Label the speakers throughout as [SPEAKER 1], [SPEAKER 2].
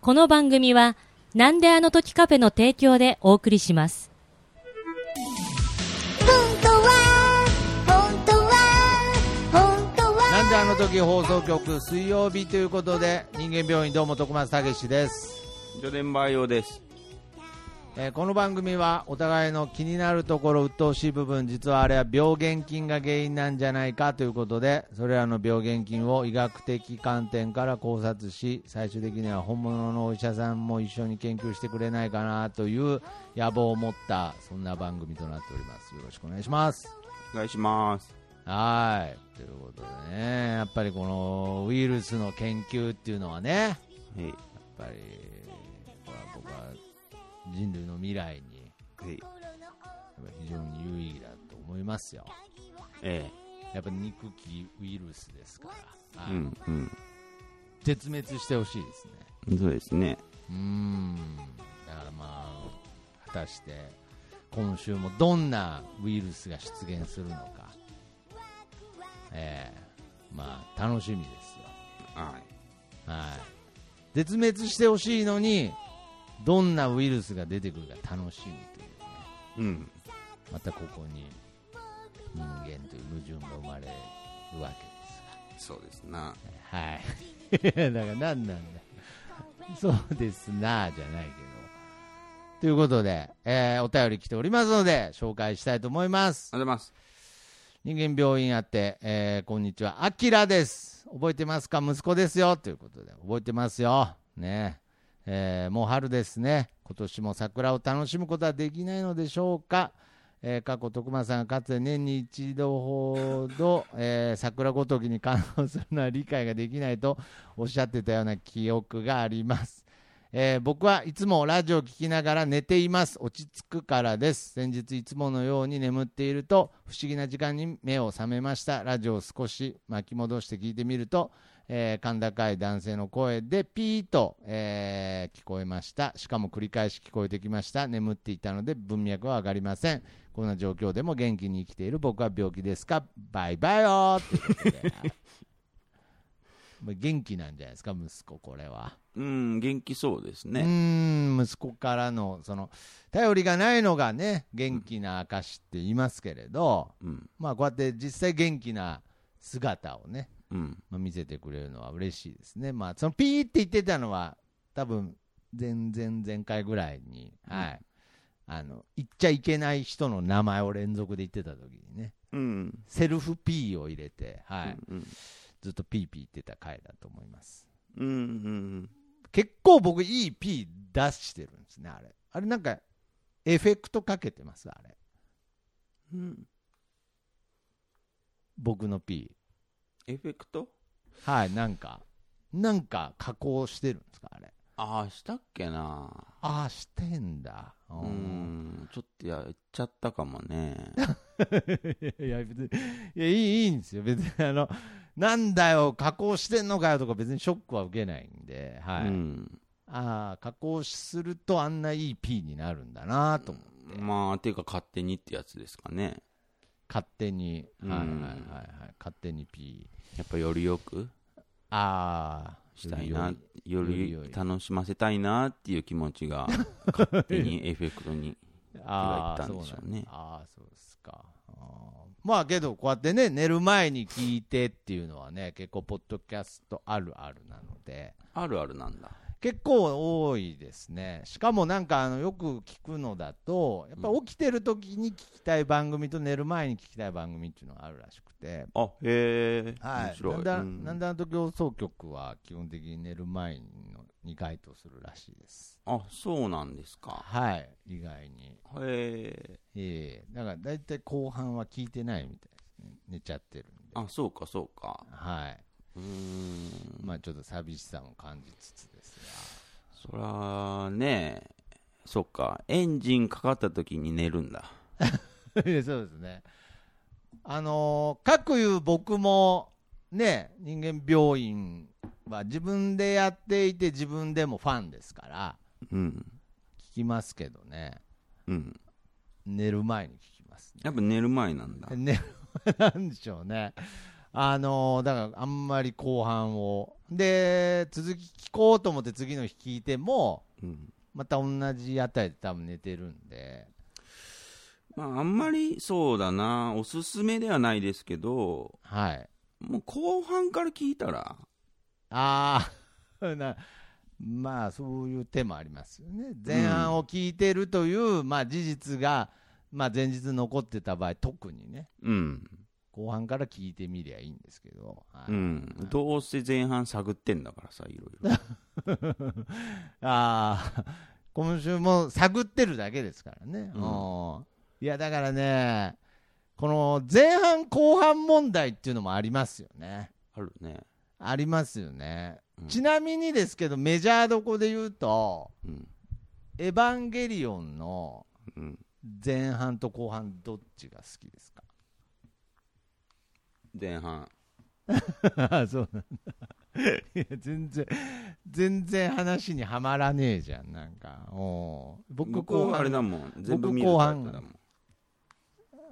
[SPEAKER 1] この番組は、なんであの時カフェの提供でお送りします。
[SPEAKER 2] 本当は本当は本当は
[SPEAKER 3] なんであの時放送局水曜日ということで人間病院どうも徳松たけしです、
[SPEAKER 4] ジョデンバー用です。
[SPEAKER 3] えーこの番組はお互いの気になるところ鬱陶しい部分実はあれは病原菌が原因なんじゃないかということでそれらの病原菌を医学的観点から考察し最終的には本物のお医者さんも一緒に研究してくれないかなという野望を持ったそんな番組となっておりますよろしくお願いします
[SPEAKER 4] お願いします。
[SPEAKER 3] はいということでねやっぱりこのウイルスの研究っていうのはね
[SPEAKER 4] はい。
[SPEAKER 3] やっぱりこれは僕は人類の未来に
[SPEAKER 4] は
[SPEAKER 3] や
[SPEAKER 4] い。
[SPEAKER 3] っぱ非常に有意義だと思いますよ
[SPEAKER 4] え
[SPEAKER 3] やっぱ憎きウイルスですから、
[SPEAKER 4] え。
[SPEAKER 3] は
[SPEAKER 4] う
[SPEAKER 3] い
[SPEAKER 4] ん、
[SPEAKER 3] 絶滅してほしいですね
[SPEAKER 4] うん。そうですね。
[SPEAKER 3] うーんだからまあ果たして今週もどんなウイルスが出現するのかええまあ楽しみですよ
[SPEAKER 4] は
[SPEAKER 3] はい絶滅してほしいのにどんなウイルスが出てくるか楽しみというね
[SPEAKER 4] い。うん。
[SPEAKER 3] またここに人間という矛盾が生まれるわけです
[SPEAKER 4] そうですな。
[SPEAKER 3] がはい だから何なんだそうですなあじゃないけどということで、えーお便り来ておりますので紹介したいと思います
[SPEAKER 4] ありがとうございます。
[SPEAKER 3] 人間病院あって、えーこんにちは、あきらです。覚えてますか息子ですよ。ということで、覚えてますよ。ねええーもう春ですね。今年も桜を楽しむことはできないのでしょうか。えー過去、徳間さんがかつて年に一度ほど、えー桜ごときに感動するのは理解ができないとおっしゃってたような記憶があります。えー僕はいつもラジオを聞きながら寝ています落ち着くからです先日いつものように眠っていると不思議な時間に目を覚めましたラジオを少し巻き戻して聞いてみると、えー、甲高い男性の声でピーと、えー聞こえましたしかも繰り返し聞こえてきました眠っていたので文脈は上がりませんこんな状況でも元気に生きている僕は病気ですかバイバイよーってことでまあ元気なんじゃないですか息子これは。
[SPEAKER 4] うん、元気そうです
[SPEAKER 3] うー
[SPEAKER 4] ね。
[SPEAKER 3] ん息子からのその頼りがないのがね元気な証って言いますけれど、
[SPEAKER 4] うん。
[SPEAKER 3] まあこうやって実際元気な姿をね、
[SPEAKER 4] うん。
[SPEAKER 3] まあ見せてくれるのは嬉しいですねまあそのピーって言ってたのは多分前々前回ぐらいに、はいあの言っちゃいけない人の名前を連続で言ってた時にね
[SPEAKER 4] うん。
[SPEAKER 3] セルフピーを入れて、はい
[SPEAKER 4] うん。
[SPEAKER 3] ずっとピーピー言ってた回だと思います
[SPEAKER 4] うん。うん。
[SPEAKER 3] 結構僕いい P 出してるんですねあれあれなんかエフェクトかけてますあれ
[SPEAKER 4] うん。
[SPEAKER 3] 僕の P
[SPEAKER 4] エフェクト
[SPEAKER 3] はいなんかなんか加工してるんですかあれ
[SPEAKER 4] ああ、したっけな。
[SPEAKER 3] ああしてんだう
[SPEAKER 4] うんん。ちょっとやっちゃったかもね。
[SPEAKER 3] いや別にいやいいいいんですよ別にあのなんだよ加工してんのかよとか別にショックは受けないんで、はい
[SPEAKER 4] うん。
[SPEAKER 3] ああ加工するとあんないい P になるんだなと思って、
[SPEAKER 4] まあ、ていうか勝手にってやつですかね。
[SPEAKER 3] 勝手に、
[SPEAKER 4] うん
[SPEAKER 3] はいはいはいはい、勝手に P
[SPEAKER 4] やっぱよりよく
[SPEAKER 3] ああ
[SPEAKER 4] したいな、よ
[SPEAKER 3] り
[SPEAKER 4] り
[SPEAKER 3] より
[SPEAKER 4] 楽しませたいなっていう気持ち が、勝手にエフェクトに。
[SPEAKER 3] ああ
[SPEAKER 4] 手がいったんでしょうね
[SPEAKER 3] そうなんああそうですかあーまあけどこうやってね寝る前に聞いてっていうのはね結構ポッドキャストあるあるなので
[SPEAKER 4] あるあるなんだ。
[SPEAKER 3] 結構多いですねしかもなんかあのよく聞くのだとやっぱ起きてる時に聞きたい番組と寝る前に聞きたい番組っていうのがあるらしくて
[SPEAKER 4] あ、へえ。
[SPEAKER 3] は
[SPEAKER 4] 面
[SPEAKER 3] い、
[SPEAKER 4] 白い。
[SPEAKER 3] なんだ、
[SPEAKER 4] うん
[SPEAKER 3] なんだあの時放送局は基本的に寝る前のに回答するらしいです
[SPEAKER 4] あ、そうなんですか。
[SPEAKER 3] はい意外に
[SPEAKER 4] へえ。
[SPEAKER 3] ええだから大体後半は聞いてないみたいですね寝ちゃってるんで
[SPEAKER 4] あ、そうか、そうか。
[SPEAKER 3] は
[SPEAKER 4] うーん。
[SPEAKER 3] いまあちょっと寂しさも感じつつです
[SPEAKER 4] そら、ねそっか。エンジンかかった時に寝るんだ。
[SPEAKER 3] がいやそうですねあのー、各いう僕もね人間病院は自分でやっていて自分でもファンですから
[SPEAKER 4] うん。
[SPEAKER 3] 聞きますけどね
[SPEAKER 4] うん。
[SPEAKER 3] 寝る前に聞きますね
[SPEAKER 4] やっぱ寝る前なんだ。
[SPEAKER 3] ね、なんでしょうね。あのーだからあんまり後半をで続き聞こうと思って次の日聞いても
[SPEAKER 4] うん
[SPEAKER 3] また同じあたりで多分寝てるんで
[SPEAKER 4] まあ、あんまりそうだな、おすすめではないですけど、
[SPEAKER 3] はい
[SPEAKER 4] もう後半から聞いたら、
[SPEAKER 3] ああ なまあそういう手もありますよね前半を聞いてるという、まあ、事実が、まあ、前日残ってた場合特にね
[SPEAKER 4] うん、
[SPEAKER 3] 後半から聞いてみりゃいいんですけど、はい
[SPEAKER 4] うん、どうせ前半探ってんだからさ、いろ いろ。
[SPEAKER 3] ああ、 今週も探ってるだけですからね。
[SPEAKER 4] うん
[SPEAKER 3] うんいや、だからね、この前半後半問題っていうのもありますよね。
[SPEAKER 4] あるね。
[SPEAKER 3] ありますよね。
[SPEAKER 4] うん
[SPEAKER 3] ちなみにですけど、メジャーどこで言うと、
[SPEAKER 4] うん、
[SPEAKER 3] エヴァンゲリオンの
[SPEAKER 4] うん。
[SPEAKER 3] 前半と後半どっちが好きですか
[SPEAKER 4] 前半。
[SPEAKER 3] ああ そうなんだ。いや、全然、全然話にはまらねえじゃん、なんか。おう僕、
[SPEAKER 4] 僕
[SPEAKER 3] 後
[SPEAKER 4] はあ
[SPEAKER 3] 半。
[SPEAKER 4] れだもん。全部見る
[SPEAKER 3] 僕後
[SPEAKER 4] タイ
[SPEAKER 3] 半
[SPEAKER 4] プだもん。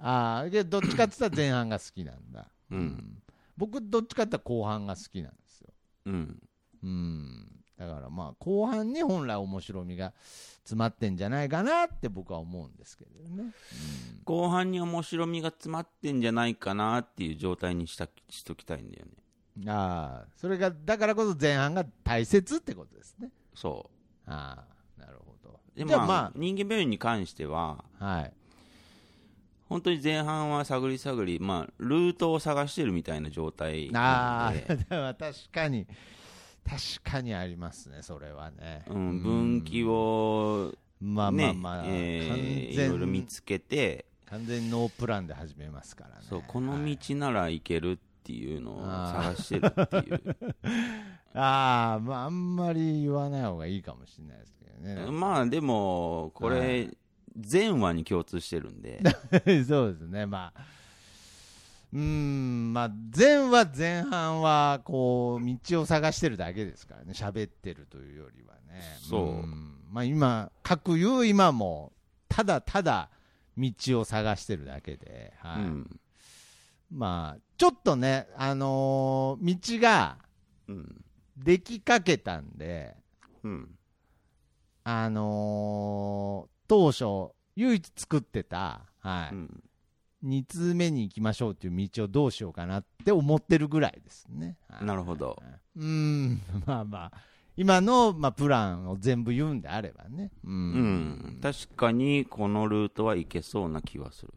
[SPEAKER 3] ああ、いやどっちかって言ったら前半が好きなんだ。
[SPEAKER 4] うん
[SPEAKER 3] 僕、どっちかって言ったら後半が好きなんですよ。
[SPEAKER 4] うん。
[SPEAKER 3] うん。だからまあ、後半に本来面白みが詰まってんじゃないかなって僕は思うんですけどね。
[SPEAKER 4] 後半に面白みが詰まってんじゃないかなっていう状態にしたしときたいんだよね。
[SPEAKER 3] ああ、それが、だからこそ前半が大切ってことですね。
[SPEAKER 4] そ
[SPEAKER 3] ああ、なるほど。
[SPEAKER 4] う。で
[SPEAKER 3] じゃ
[SPEAKER 4] ま
[SPEAKER 3] あ
[SPEAKER 4] あ、
[SPEAKER 3] ま
[SPEAKER 4] 人間病院に関しては、
[SPEAKER 3] あ、はい。
[SPEAKER 4] 本当に前半は探り探り、まあ、ルートを探してるみたいな状態な
[SPEAKER 3] あ
[SPEAKER 4] ので、
[SPEAKER 3] あ、 でも確かに、確かにありますね、それはね。
[SPEAKER 4] うん、分岐を、
[SPEAKER 3] まあまあ
[SPEAKER 4] ね
[SPEAKER 3] まあ、
[SPEAKER 4] えー
[SPEAKER 3] 完全
[SPEAKER 4] いろいろ見つけて、
[SPEAKER 3] 完全にノープランで始めますからね。
[SPEAKER 4] そうこの
[SPEAKER 3] はい
[SPEAKER 4] 道なら行けるっていうのを
[SPEAKER 3] あ
[SPEAKER 4] 探してるっていう、
[SPEAKER 3] ああ、まあ、あんまり言わない方がいいかもしれないですけどね。
[SPEAKER 4] まあでもこ
[SPEAKER 3] は
[SPEAKER 4] れ前話に共通してるんで
[SPEAKER 3] そうですね、まあ。うーん、まあ、前は前半は、こう、道を探してるだけですからね、喋ってるというよりはね。
[SPEAKER 4] そうん
[SPEAKER 3] まあ、今、各言う今も、ただただ、道を探してるだけで、
[SPEAKER 4] う
[SPEAKER 3] はい。
[SPEAKER 4] ん
[SPEAKER 3] まあ、ちょっとね、あのー道が
[SPEAKER 4] うん
[SPEAKER 3] できかけたんで、
[SPEAKER 4] うん
[SPEAKER 3] あのー当初、唯一作ってた、は
[SPEAKER 4] う
[SPEAKER 3] い、
[SPEAKER 4] ん
[SPEAKER 3] 2通目に行きましょうっていう道をどうしようかなって思ってるぐらいですね。はい
[SPEAKER 4] なるほど
[SPEAKER 3] うーん、 まあまあ、今の、まあ、プランを全部言うんであればね。う。
[SPEAKER 4] うんん確かにこのルートは行けそうな気はする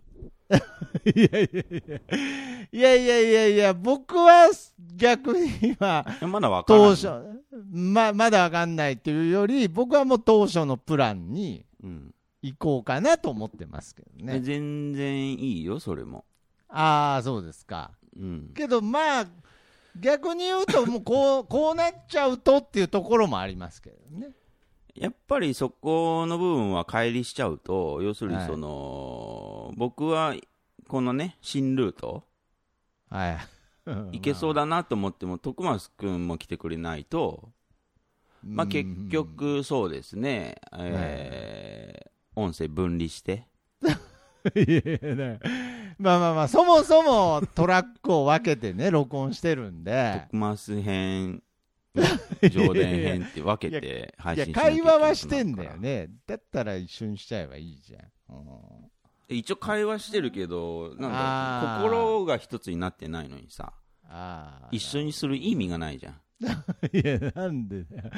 [SPEAKER 3] いやいやいやいやいやいやいや、僕は逆に今、
[SPEAKER 4] えまだ分か
[SPEAKER 3] 当
[SPEAKER 4] らない
[SPEAKER 3] 初、ま、まだわかんないというより、僕はもう当初のプランに
[SPEAKER 4] うん
[SPEAKER 3] 行こうかなと思ってますけど
[SPEAKER 4] え
[SPEAKER 3] ね。
[SPEAKER 4] 全然いいよそれも
[SPEAKER 3] ああ、そうですか。
[SPEAKER 4] うん
[SPEAKER 3] けどまあ逆に言うともうこうこうなっちゃうとっていうところもありますけどね
[SPEAKER 4] やっぱりそこの部分は乖離しちゃうと要する
[SPEAKER 3] は
[SPEAKER 4] に
[SPEAKER 3] い
[SPEAKER 4] その僕はこのね新ルート
[SPEAKER 3] はい
[SPEAKER 4] いけそう
[SPEAKER 3] だ、
[SPEAKER 4] だなと思っても、徳松くんも来てくれないと、まあ、結局、そうですね、えー音声分離して、
[SPEAKER 3] いやいやまあまあまあそもそもトラックを分けてね録音してるんで
[SPEAKER 4] 徳松編、上田編って分けて配
[SPEAKER 3] いや
[SPEAKER 4] 信しなきゃい
[SPEAKER 3] 会
[SPEAKER 4] け
[SPEAKER 3] 話
[SPEAKER 4] なくな
[SPEAKER 3] は
[SPEAKER 4] る
[SPEAKER 3] してんだ
[SPEAKER 4] か
[SPEAKER 3] よ
[SPEAKER 4] ら。
[SPEAKER 3] ねだったら一緒にしちゃえばいいじゃん、うん
[SPEAKER 4] 一応会話してるけど、なん
[SPEAKER 3] あ
[SPEAKER 4] か
[SPEAKER 3] ー
[SPEAKER 4] 心が一つになってないのにさ、
[SPEAKER 3] ああ
[SPEAKER 4] 一緒にする意味がないじゃん。
[SPEAKER 3] いやなんでだよ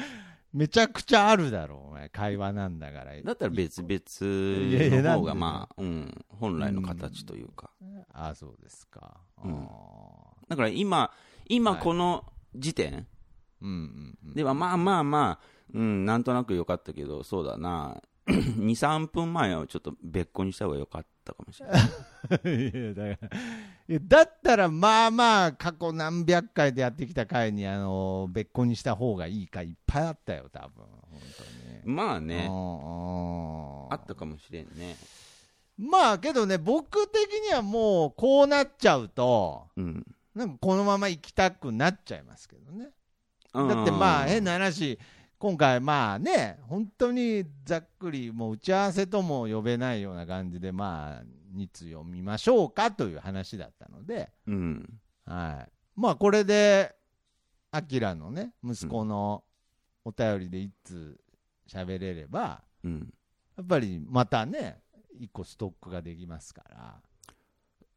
[SPEAKER 3] めちゃくちゃあるだろお前会話なんだから
[SPEAKER 4] だったら別々
[SPEAKER 3] いやいや
[SPEAKER 4] の
[SPEAKER 3] なんでだ
[SPEAKER 4] 方が、
[SPEAKER 3] よ
[SPEAKER 4] まあ、うん、本来の形というか。
[SPEAKER 3] ああそうですか
[SPEAKER 4] うん
[SPEAKER 3] ああ
[SPEAKER 4] だから今、今
[SPEAKER 3] はい
[SPEAKER 4] この時点、
[SPEAKER 3] うんうんうん
[SPEAKER 4] ではまあまあまあ、うん、なんとなく良かったけど、そうだな、2、3分前はちょっと別個にした方が良かったかもしれない。
[SPEAKER 3] いやだからいやだったらまあまあ過去何百回でやってきた回にあの別個にした方がいい回いっぱいあったよ多分本当に
[SPEAKER 4] まあね、
[SPEAKER 3] ね
[SPEAKER 4] あったかもしれんね。
[SPEAKER 3] まあけどね僕的にはもうこうなっちゃうと
[SPEAKER 4] うん。
[SPEAKER 3] なんかこのまま行きたくなっちゃいますけどねだってまあ変な話今回まあね本当にざっくりもう打ち合わせとも呼べないような感じでまあ2通読みましょうかという話だったので
[SPEAKER 4] うん。
[SPEAKER 3] はい。まあこれでアキラのね息子のお便りで一通喋れれば、
[SPEAKER 4] うん、
[SPEAKER 3] やっぱりまたね一個ストックができますから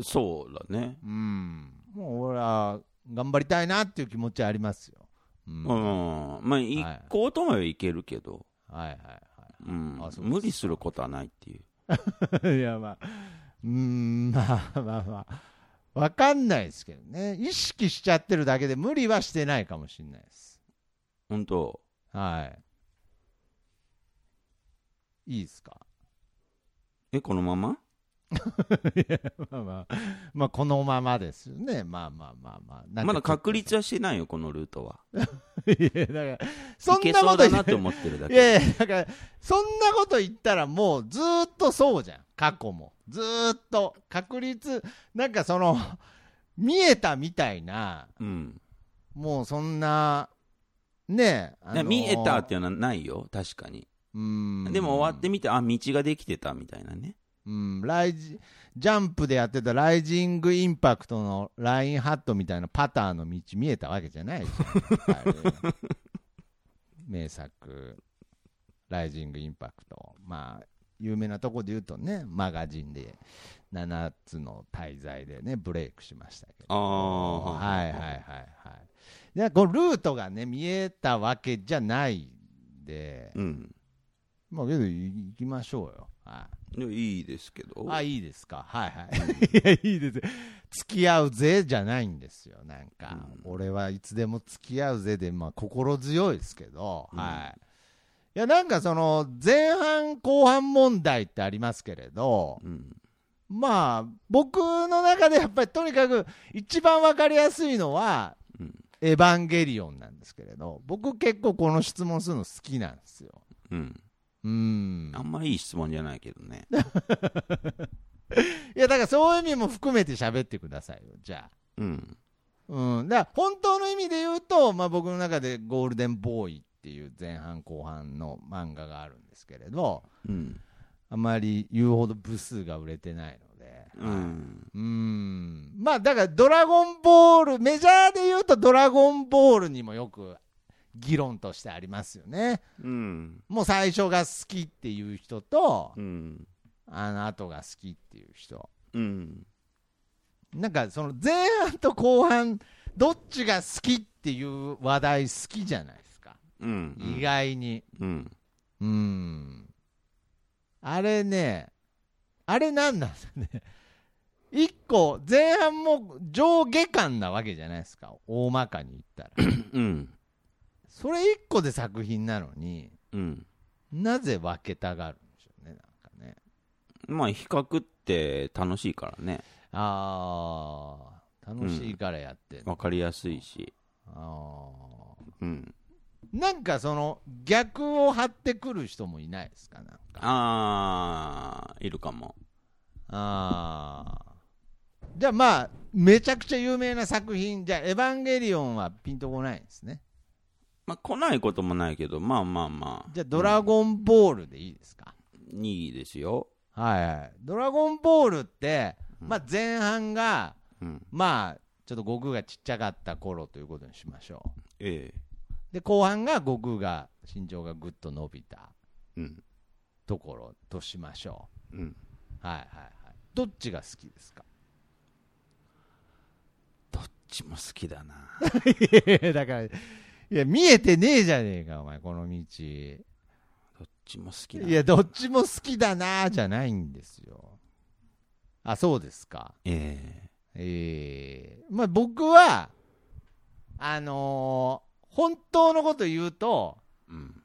[SPEAKER 4] そうだね。
[SPEAKER 3] うんもう俺は頑張りたいなっていう気持ちはありますよ、うん
[SPEAKER 4] う
[SPEAKER 3] はい
[SPEAKER 4] ん、まあ、行こうと思えば行けるけど、
[SPEAKER 3] はい
[SPEAKER 4] うん
[SPEAKER 3] あそうですか
[SPEAKER 4] 無理することはないっていう。
[SPEAKER 3] はい いやまあうーんまあまあまあわかんないですけどね意識しちゃってるだけで無理はしてないかもしれないです
[SPEAKER 4] 本当、
[SPEAKER 3] はい。いいですか
[SPEAKER 4] え、このまま
[SPEAKER 3] まあまあ、まあ、このままですよね。まあまあまあまあ。なんか
[SPEAKER 4] ま だ確立はしてないよ、このルートは。
[SPEAKER 3] いや、だから、そ
[SPEAKER 4] 行
[SPEAKER 3] ん
[SPEAKER 4] け
[SPEAKER 3] な
[SPEAKER 4] そ
[SPEAKER 3] こ
[SPEAKER 4] う
[SPEAKER 3] と
[SPEAKER 4] だ
[SPEAKER 3] 言
[SPEAKER 4] な
[SPEAKER 3] っ
[SPEAKER 4] って思ってるだ
[SPEAKER 3] いや
[SPEAKER 4] け。
[SPEAKER 3] いや、だから、そんなこと言ったらもうずーっとそうじゃん。過去も。ずーっと。確率、なんかその、見えたみたいな、
[SPEAKER 4] うん、
[SPEAKER 3] もうそんな、ねえ、あのー
[SPEAKER 4] 見えたっていうのはないよ、確かに。
[SPEAKER 3] うん。
[SPEAKER 4] でも終わってみて、あ、道ができてたみたいなね。
[SPEAKER 3] うん、ライジジャンプでやってたライジングインパクトのラインハットみたいなパターの道見えたわけじゃないじゃんあれ名作「ライジングインパクト」まあ有名なとこで言うとねマガジンで7つの滞在でねブレイクしましたけど
[SPEAKER 4] あー
[SPEAKER 3] はいはいはいはいでこのルートがね見えたわけじゃないんで、
[SPEAKER 4] うん。
[SPEAKER 3] まあけど行きましょうよはい
[SPEAKER 4] でもいいですけど。
[SPEAKER 3] あいいですかはい はいいやいいです付き合うぜじゃないんですよなんか、俺はいつでも付き合うぜでまあ心強いですけど、はいいやなんかその前半後半問題ってありますけれど、
[SPEAKER 4] うん。
[SPEAKER 3] まあ僕の中でやっぱりとにかく一番わかりやすいのは
[SPEAKER 4] うん
[SPEAKER 3] 「エヴァンゲリオン」なんですけれど僕結構この質問するの好きなんですよ
[SPEAKER 4] うん。
[SPEAKER 3] うん
[SPEAKER 4] あんまいい質問じゃないけど ね。
[SPEAKER 3] いやだからそういう意味も含めて喋ってくださいよじゃあ
[SPEAKER 4] うん。
[SPEAKER 3] うん、だから本当の意味で言うと、まあ、僕の中で「ゴールデンボーイ」っていう前半後半の漫画があるんですけれど
[SPEAKER 4] うん。
[SPEAKER 3] あまり言うほど部数が売れてないので、
[SPEAKER 4] うん。
[SPEAKER 3] うんまあだから「ドラゴンボール」メジャーで言うと「ドラゴンボール」にもよく議論としてありますよね
[SPEAKER 4] うん。
[SPEAKER 3] もう最初が好きっていう人と
[SPEAKER 4] うん。
[SPEAKER 3] あの後が好きっていう人
[SPEAKER 4] うん。
[SPEAKER 3] なんかその前半と後半どっちが好きっていう話題好きじゃないですか
[SPEAKER 4] うん。
[SPEAKER 3] 意外に
[SPEAKER 4] うん。
[SPEAKER 3] うんあれねあれなんなんですかね一個前半も上下巻なわけじゃないですか大まかに言ったら
[SPEAKER 4] うん。
[SPEAKER 3] それ一個で作品なのに
[SPEAKER 4] うん。
[SPEAKER 3] なぜ分けたがるんでしょうねなんかね
[SPEAKER 4] まあ、比較って楽しいからね。
[SPEAKER 3] あー楽しいからやってんの、
[SPEAKER 4] わかりやすいし。
[SPEAKER 3] あー
[SPEAKER 4] うん。
[SPEAKER 3] なんかその逆を張ってくる人もいないですかなんか
[SPEAKER 4] あー、いるかも。
[SPEAKER 3] ああじゃあまあめちゃくちゃ有名な作品じゃあ「エヴァンゲリオン」はピンとこないんですね
[SPEAKER 4] まあ、来ないこともないけど、まあまあまあ。
[SPEAKER 3] じゃあ「ドラゴンボール」でいいですか、
[SPEAKER 4] いいですよ。
[SPEAKER 3] はいはい「ドラゴンボール」って、
[SPEAKER 4] うん
[SPEAKER 3] まあ、前半が
[SPEAKER 4] うん。
[SPEAKER 3] まあちょっと悟空がちっちゃかった頃ということにしましょう
[SPEAKER 4] ええ。
[SPEAKER 3] で後半が悟空が身長がぐっと伸びた
[SPEAKER 4] うん。
[SPEAKER 3] ところとしましょ
[SPEAKER 4] うん。
[SPEAKER 3] うはいはいはいどっちが好きですか
[SPEAKER 4] どっちも好きだな。
[SPEAKER 3] だからいや見えてねえじゃねえかお前この道
[SPEAKER 4] どっちも好きだ
[SPEAKER 3] いや、どっちも好きだなーじゃないんですよ。あ、そうですか。
[SPEAKER 4] え
[SPEAKER 3] ええまあ僕は、あのー本当のこと言うと、
[SPEAKER 4] えうん。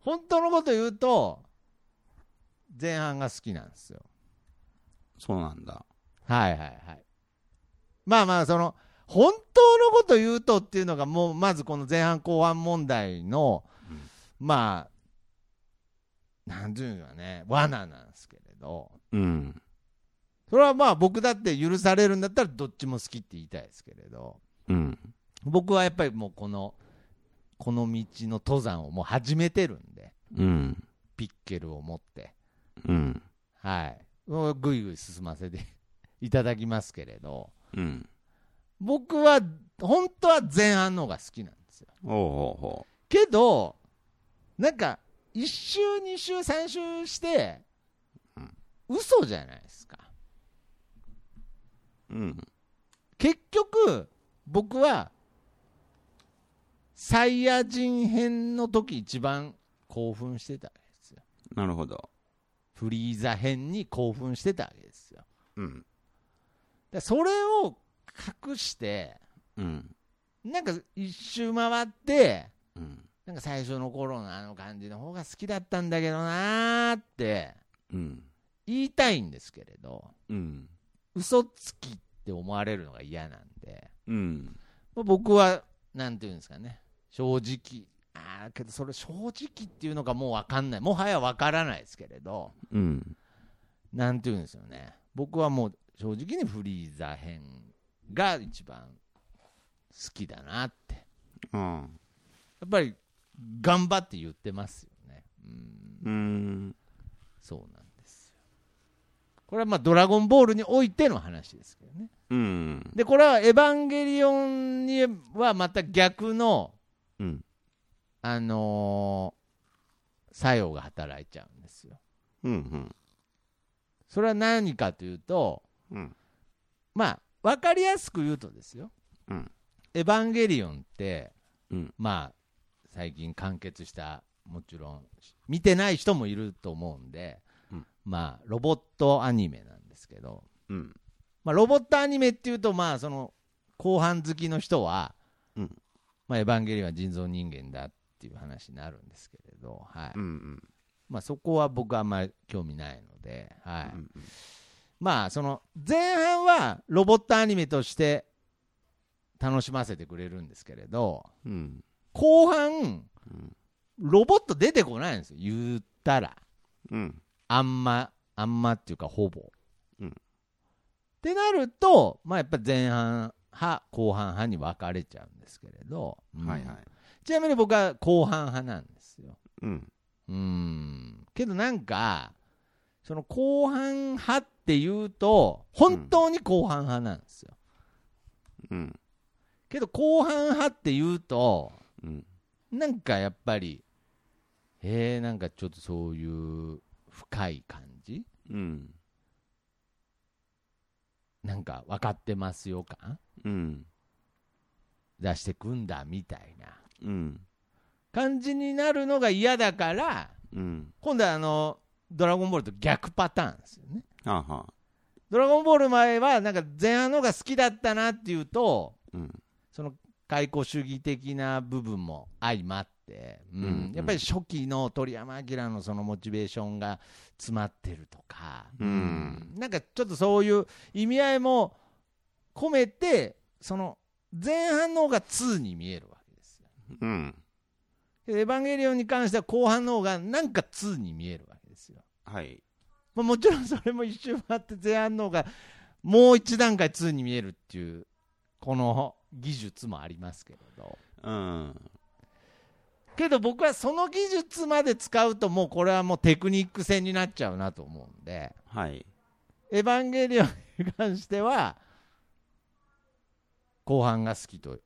[SPEAKER 3] 本当のこと言うと、前半が好きなんですよ。
[SPEAKER 4] そうなんだ。
[SPEAKER 3] はいはいはい。まあまあ、その、本当のこと言うとっていうのが、もう、まずこの前半後半問題の、まあ、なんていうのかね、罠なんですけれど、
[SPEAKER 4] うん。
[SPEAKER 3] それはまあ僕だって許されるんだったらどっちも好きって言いたいですけれど
[SPEAKER 4] うん。
[SPEAKER 3] 僕はやっぱりもうこのこの道の登山をもう始めてるんで
[SPEAKER 4] うん。
[SPEAKER 3] ピッケルを持って
[SPEAKER 4] うん。
[SPEAKER 3] はいもうぐいぐい進ませていただきますけれど
[SPEAKER 4] うん。
[SPEAKER 3] 僕は本当は前半の方が好きなんですよ
[SPEAKER 4] おうおうお
[SPEAKER 3] けどなんか1週2週3週して
[SPEAKER 4] うん
[SPEAKER 3] 嘘じゃないですか
[SPEAKER 4] ううん
[SPEAKER 3] 結局僕はサイヤ人編の時一番興奮してたわけですよ
[SPEAKER 4] なるほど
[SPEAKER 3] フリーザ編に興奮してたわけですよ
[SPEAKER 4] うん
[SPEAKER 3] でそれを隠して
[SPEAKER 4] うん
[SPEAKER 3] なんか一周回って
[SPEAKER 4] うん
[SPEAKER 3] なんか最初の頃のあの感じの方が好きだったんだけどなーって
[SPEAKER 4] うん
[SPEAKER 3] 言いたいんですけれど
[SPEAKER 4] うん
[SPEAKER 3] 嘘つきって思われるのが嫌なんで、
[SPEAKER 4] うん
[SPEAKER 3] まあ僕はなんていうんですかね正直あーけどそれ正直っていうのがもう分かんないもはや分からないですけれど
[SPEAKER 4] うん
[SPEAKER 3] なんていうんですよね僕はもう正直にフリーザ編が一番好きだなって
[SPEAKER 4] ああ
[SPEAKER 3] やっぱり頑張って言ってますよねうん
[SPEAKER 4] うん
[SPEAKER 3] そうなんですよ。これはまあドラゴンボールにおいての話ですけどね。
[SPEAKER 4] うん
[SPEAKER 3] で、これはエヴァンゲリオンにはまた逆の、
[SPEAKER 4] うん
[SPEAKER 3] あのー作用が働いちゃうんですよ。
[SPEAKER 4] うん
[SPEAKER 3] それは何かというと、
[SPEAKER 4] うん
[SPEAKER 3] まあ、わかりやすく言うとですよ。
[SPEAKER 4] うん
[SPEAKER 3] エヴァンゲリオンって、
[SPEAKER 4] うん
[SPEAKER 3] まあ、最近完結した、もちろん、見てない人もいると思うんで、
[SPEAKER 4] うん
[SPEAKER 3] まあ、ロボットアニメなんですけど、
[SPEAKER 4] うん
[SPEAKER 3] まあ、ロボットアニメっていうと、まあ、その後半好きの人は、
[SPEAKER 4] うん
[SPEAKER 3] まあ、エヴァンゲリオンは人造人間だっていう話になるんですけれど、はい
[SPEAKER 4] うんうん
[SPEAKER 3] まあ、そこは僕はあんまり興味ないので、はい
[SPEAKER 4] うん
[SPEAKER 3] まあ、その前半はロボットアニメとして楽しませてくれるんですけれど
[SPEAKER 4] うん
[SPEAKER 3] 後半
[SPEAKER 4] うん
[SPEAKER 3] ロボット出てこないんですよ言ったら
[SPEAKER 4] うん
[SPEAKER 3] あんまあんまっていうかほぼ。
[SPEAKER 4] うん
[SPEAKER 3] ってなると、まあ、やっぱ前半派後半派に分かれちゃうんですけれど、うん
[SPEAKER 4] はいはい
[SPEAKER 3] ちなみに僕は後半派なんですよ。
[SPEAKER 4] うん
[SPEAKER 3] うんけどなんかその後半派っていうと本当に後半派なんですよ。
[SPEAKER 4] うん
[SPEAKER 3] けど後半派っていうと
[SPEAKER 4] うん
[SPEAKER 3] なんかやっぱりえー、なんかちょっとそういう深い感じ
[SPEAKER 4] うん
[SPEAKER 3] なんか分かってますよ感
[SPEAKER 4] うん
[SPEAKER 3] 出してくんだみたいな
[SPEAKER 4] うん
[SPEAKER 3] 感じになるのが嫌だから
[SPEAKER 4] うん
[SPEAKER 3] 今度はあの「ドラゴンボール」と逆パターンですよね。
[SPEAKER 4] はあはあ
[SPEAKER 3] ドラゴンボール前はなんか前半の方が好きだったなっていうと
[SPEAKER 4] うん
[SPEAKER 3] その解雇主義的な部分も相まって、うん
[SPEAKER 4] うん
[SPEAKER 3] やっぱり初期の鳥山明のそのモチベーションが詰まってるとか、
[SPEAKER 4] うん
[SPEAKER 3] うんなんかちょっとそういう意味合いも込めてその前半の方が2に見えるわけですよ。
[SPEAKER 4] うん
[SPEAKER 3] けどエヴァンゲリオンに関しては後半の方がなんか2に見えるわけですよ。
[SPEAKER 4] はい
[SPEAKER 3] まあ、もちろんそれも一周回って前半の方がもう一段階2に見えるっていうこの技術もありますけれど
[SPEAKER 4] うん
[SPEAKER 3] けど僕はその技術まで使うともうこれはもうテクニック戦になっちゃうなと思うんで
[SPEAKER 4] はい
[SPEAKER 3] 「エヴァンゲリオン」に関しては後半が好きと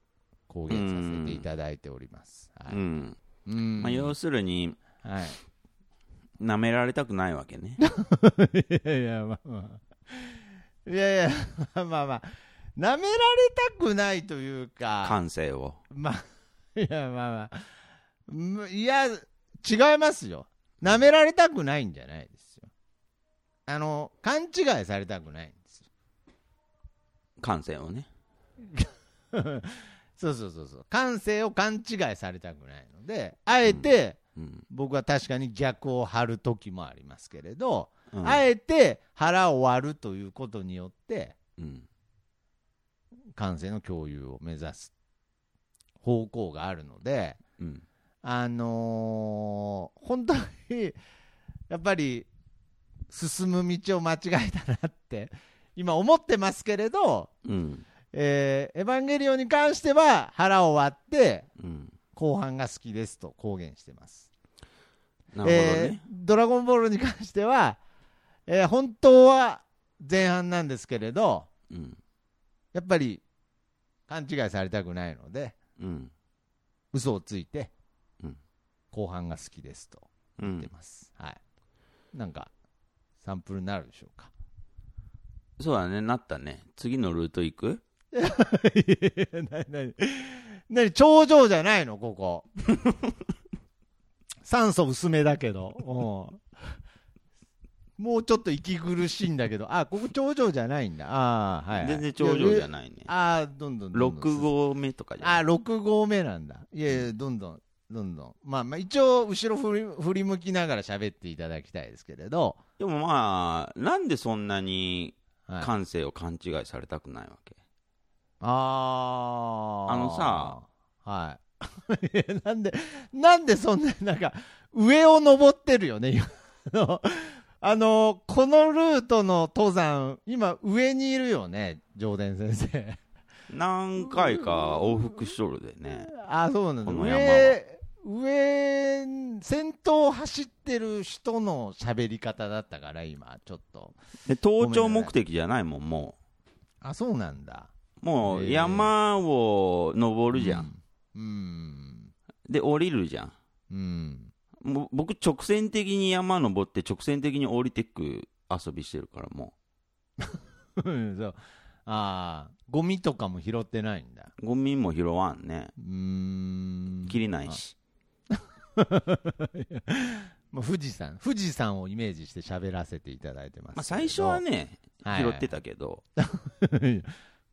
[SPEAKER 3] 公言させていただいております。は
[SPEAKER 4] う
[SPEAKER 3] い
[SPEAKER 4] ん
[SPEAKER 3] うん
[SPEAKER 4] まあ要するに
[SPEAKER 3] はい
[SPEAKER 4] 舐められたくないわけね
[SPEAKER 3] いやいや、まあまあ。いやいや、まあまあまあ。舐められたくないというか、
[SPEAKER 4] 感性を
[SPEAKER 3] まあ、 いや、まあまあ。んいや、違いますよ。舐められたくないんじゃないですよ。あの、勘違いされたくないんですよ。
[SPEAKER 4] 感性をね
[SPEAKER 3] そうそうそうそう。感性を勘違いされたくないので、あえて、
[SPEAKER 4] うん
[SPEAKER 3] 僕は確かに逆を張る時もありますけれど、
[SPEAKER 4] うん
[SPEAKER 3] あえて腹を割るということによって、
[SPEAKER 4] うん
[SPEAKER 3] 感性の共有を目指す方向があるので、
[SPEAKER 4] うん
[SPEAKER 3] あのー本当にやっぱり進む道を間違えたなって今思ってますけれど、
[SPEAKER 4] うん
[SPEAKER 3] えーエヴァンゲリオンに関しては腹を割って
[SPEAKER 4] うん
[SPEAKER 3] 後半が好きですと公言してます。
[SPEAKER 4] なるほどね
[SPEAKER 3] えードラゴンボールに関しては、えー本当は前半なんですけれど
[SPEAKER 4] うん
[SPEAKER 3] やっぱり勘違いされたくないので、
[SPEAKER 4] うん。
[SPEAKER 3] 嘘をついて
[SPEAKER 4] うん、
[SPEAKER 3] 後半が好きですと
[SPEAKER 4] う
[SPEAKER 3] 言って
[SPEAKER 4] ん。
[SPEAKER 3] ます。はい。なんか、サンプルになるでしょう か。
[SPEAKER 4] そうだね、なったね。次のルート行く
[SPEAKER 3] ななになに頂上じゃないのここ 酸素薄めだけどうんもうちょっと息苦しいんだけどあここ頂上じゃないんだあーはい、はい、
[SPEAKER 4] 全然頂上じゃ
[SPEAKER 3] い
[SPEAKER 4] ないね。
[SPEAKER 3] あーどんどんどんど
[SPEAKER 4] 6
[SPEAKER 3] ん
[SPEAKER 4] 合目とかじゃ
[SPEAKER 3] あ
[SPEAKER 4] ない。
[SPEAKER 3] 六合目なんだいやいやどんどんどんどんまあまあ一応後ろ振り振り向きながら喋っていただきたいですけれど、
[SPEAKER 4] でもまあ、なんでそんなに
[SPEAKER 3] はい、あ
[SPEAKER 4] 感性を勘違いされたくないわけ
[SPEAKER 3] あー
[SPEAKER 4] あのさ
[SPEAKER 3] はい なんでなんでそんななんか上を登ってるよね今あのあのこのルートの登山今上にいるよね上田先生
[SPEAKER 4] 何回か往復しとるでね。
[SPEAKER 3] あそうなんだ
[SPEAKER 4] この山は
[SPEAKER 3] 上上先頭を走ってる人の喋り方だったから今ちょっと
[SPEAKER 4] で、登頂目的じゃないもん、も
[SPEAKER 3] あそうなんだ
[SPEAKER 4] う。も
[SPEAKER 3] へ
[SPEAKER 4] う
[SPEAKER 3] ー
[SPEAKER 4] 山を登るじゃん。
[SPEAKER 3] うん
[SPEAKER 4] で、降りるじゃん。
[SPEAKER 3] うん、うん
[SPEAKER 4] もう僕、直線的に山登って、直線的に降りてく遊びしてるから、も
[SPEAKER 3] うんそうああゴミとかも拾ってないんだ
[SPEAKER 4] う。ゴミも拾わんね。
[SPEAKER 3] うーん
[SPEAKER 4] 切りないし。
[SPEAKER 3] まあ、富士山富士山をイメージして喋らせていただいてます
[SPEAKER 4] まあ、最初は
[SPEAKER 3] ね
[SPEAKER 4] ね、
[SPEAKER 3] はい
[SPEAKER 4] 拾ってたけど、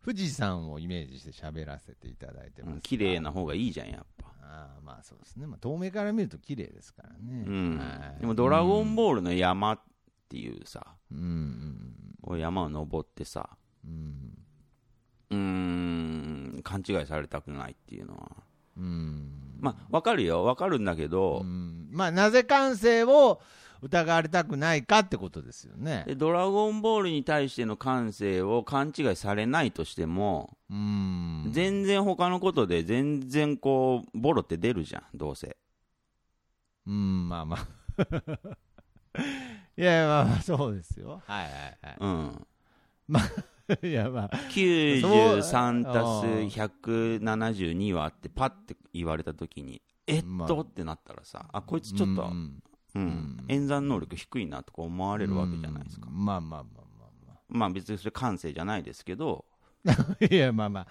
[SPEAKER 3] 富士山をイメージして喋らせていただいてます
[SPEAKER 4] う
[SPEAKER 3] が
[SPEAKER 4] ん綺麗な方がいいじゃん、やっぱ。
[SPEAKER 3] ああまあそうですね、まあ、遠目から見ると綺麗ですからね、
[SPEAKER 4] うん
[SPEAKER 3] は。い
[SPEAKER 4] でも、ドラゴンボールの山っていうさ、
[SPEAKER 3] うんうん
[SPEAKER 4] こう山を登ってさ、
[SPEAKER 3] うん
[SPEAKER 4] うーん、勘違いされたくないっていうのは。
[SPEAKER 3] うんうん
[SPEAKER 4] まあ、わかるよ、わかるんだけ
[SPEAKER 3] う
[SPEAKER 4] ど、
[SPEAKER 3] んまあなぜ感性を疑われたくないかってことですよね
[SPEAKER 4] でドラゴンボールに対しての感性を勘違いされないとしても、
[SPEAKER 3] うん
[SPEAKER 4] 全然他のことで全然こうボロって出るじゃんどうせ
[SPEAKER 3] うんまあまあ いやまあまあそうですよはいはいはい
[SPEAKER 4] うん
[SPEAKER 3] いやまあ
[SPEAKER 4] 93
[SPEAKER 3] そうあー
[SPEAKER 4] 足す172はってパッて言われた時にえっと、
[SPEAKER 3] まあ
[SPEAKER 4] ってなったらさあこいつちょっと、う
[SPEAKER 3] うんんうん
[SPEAKER 4] 演算能力低いなとか思われるわけじゃないですか、
[SPEAKER 3] うんまあまあまあまあ
[SPEAKER 4] まあ別にそれ感性じゃないですけど
[SPEAKER 3] まあ いやまあまあ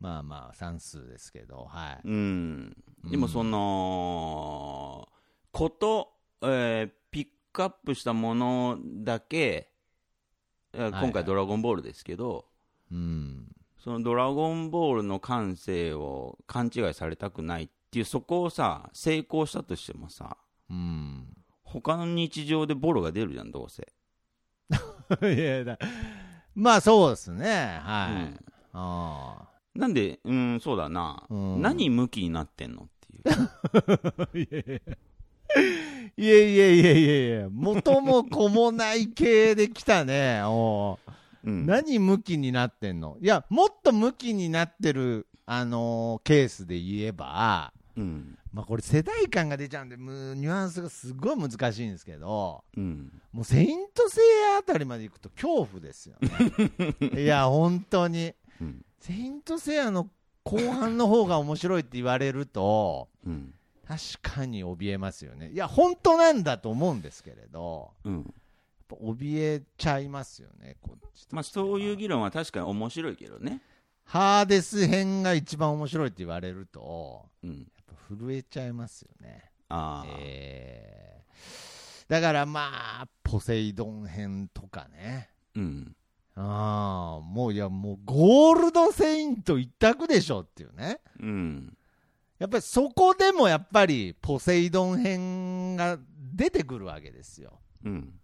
[SPEAKER 3] まあまあ算数ですけどは
[SPEAKER 4] うんでもそのこと、えーピックアップしたものだけ、えー
[SPEAKER 3] はい
[SPEAKER 4] 今回「ドラゴンボール」ですけど、
[SPEAKER 3] いうん
[SPEAKER 4] そのドラゴンボールの感性を勘違いされたくないっていう、そこをさ、成功したとしてもさ、
[SPEAKER 3] うん
[SPEAKER 4] 他の日常でボロが出るじゃん、どうせ。
[SPEAKER 3] いやだまあそうですねはい、
[SPEAKER 4] うん
[SPEAKER 3] あ
[SPEAKER 4] なんで、うん、そうだな、
[SPEAKER 3] うん
[SPEAKER 4] 何向きになってんのっていう。
[SPEAKER 3] あいや いやいやいやいやいや元も子もない系できたねおう
[SPEAKER 4] うん、
[SPEAKER 3] 何向きになってんのいやもっと向きになってるあのーケースで言えば
[SPEAKER 4] うん、
[SPEAKER 3] まあこれ世代感が出ちゃうんでむニュアンスがすごい難しいんですけど
[SPEAKER 4] うん、
[SPEAKER 3] もうセイントセイヤあたりまで行くと恐怖ですよ ねいや本当に
[SPEAKER 4] うん、
[SPEAKER 3] セイントセイヤの後半の方が面白いって言われると
[SPEAKER 4] うん、
[SPEAKER 3] 確かに怯えますよねいや本当なんだと思うんですけれど
[SPEAKER 4] うん。
[SPEAKER 3] やっぱ怯えちゃいますよねこっちとしては
[SPEAKER 4] まあ、そういう議論は確かに面白いけどね。
[SPEAKER 3] ハーデス編が一番面白いって言われると
[SPEAKER 4] うん。
[SPEAKER 3] やっぱ震えちゃいますよね
[SPEAKER 4] ああ、
[SPEAKER 3] えーだからまあポセイドン編とかね
[SPEAKER 4] うん。
[SPEAKER 3] ああもういやもうゴールドセイント一択でしょっていうね
[SPEAKER 4] うん。
[SPEAKER 3] やっぱりそこでもやっぱりポセイドン編が出てくるわけですよ
[SPEAKER 4] うん。